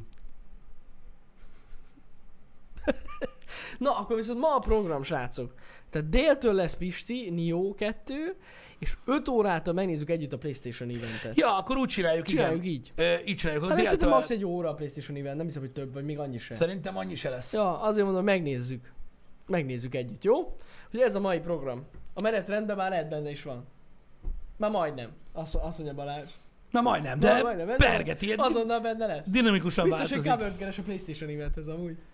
[SPEAKER 2] Na, akkor viszont ma a program, srácok. Tehát déltől lesz Pisti, Nio 2, és 5 órától megnézzük együtt a PlayStation eventet.
[SPEAKER 1] Ja, akkor úgy csináljuk,
[SPEAKER 2] Csináljuk
[SPEAKER 1] igen.
[SPEAKER 2] így.
[SPEAKER 1] Ö, így csináljuk. Déltől-
[SPEAKER 2] Hát lesz szerintem max. egy óra a PlayStation event, nem hiszem, hogy több, vagy még annyi sem.
[SPEAKER 1] Szerintem annyi se lesz.
[SPEAKER 2] Ja, azért mondom, megnézzük. Megnézzük együtt, jó? Ugye ez a mai program. A menetrendben már lehet benne is van. Már majdnem. Azt, azt mondja Balázs.
[SPEAKER 1] Na majdnem,
[SPEAKER 2] Na,
[SPEAKER 1] de
[SPEAKER 2] majdnem, benne
[SPEAKER 1] pergeti, ilyen Azon...
[SPEAKER 2] Azonnal benne lesz.
[SPEAKER 1] dinamikusan
[SPEAKER 2] Biztos, hogy
[SPEAKER 1] változik.
[SPEAKER 2] cover keres a Playstation eventhez amúgy.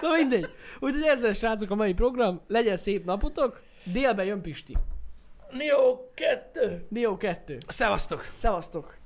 [SPEAKER 2] Na mindegy. Úgyhogy ez lesz srácok a mai program. Legyen szép napotok. Délben jön Pisti.
[SPEAKER 1] Jó, kettő.
[SPEAKER 2] Nio 2.
[SPEAKER 1] Szevasztok!
[SPEAKER 2] Szevasztok!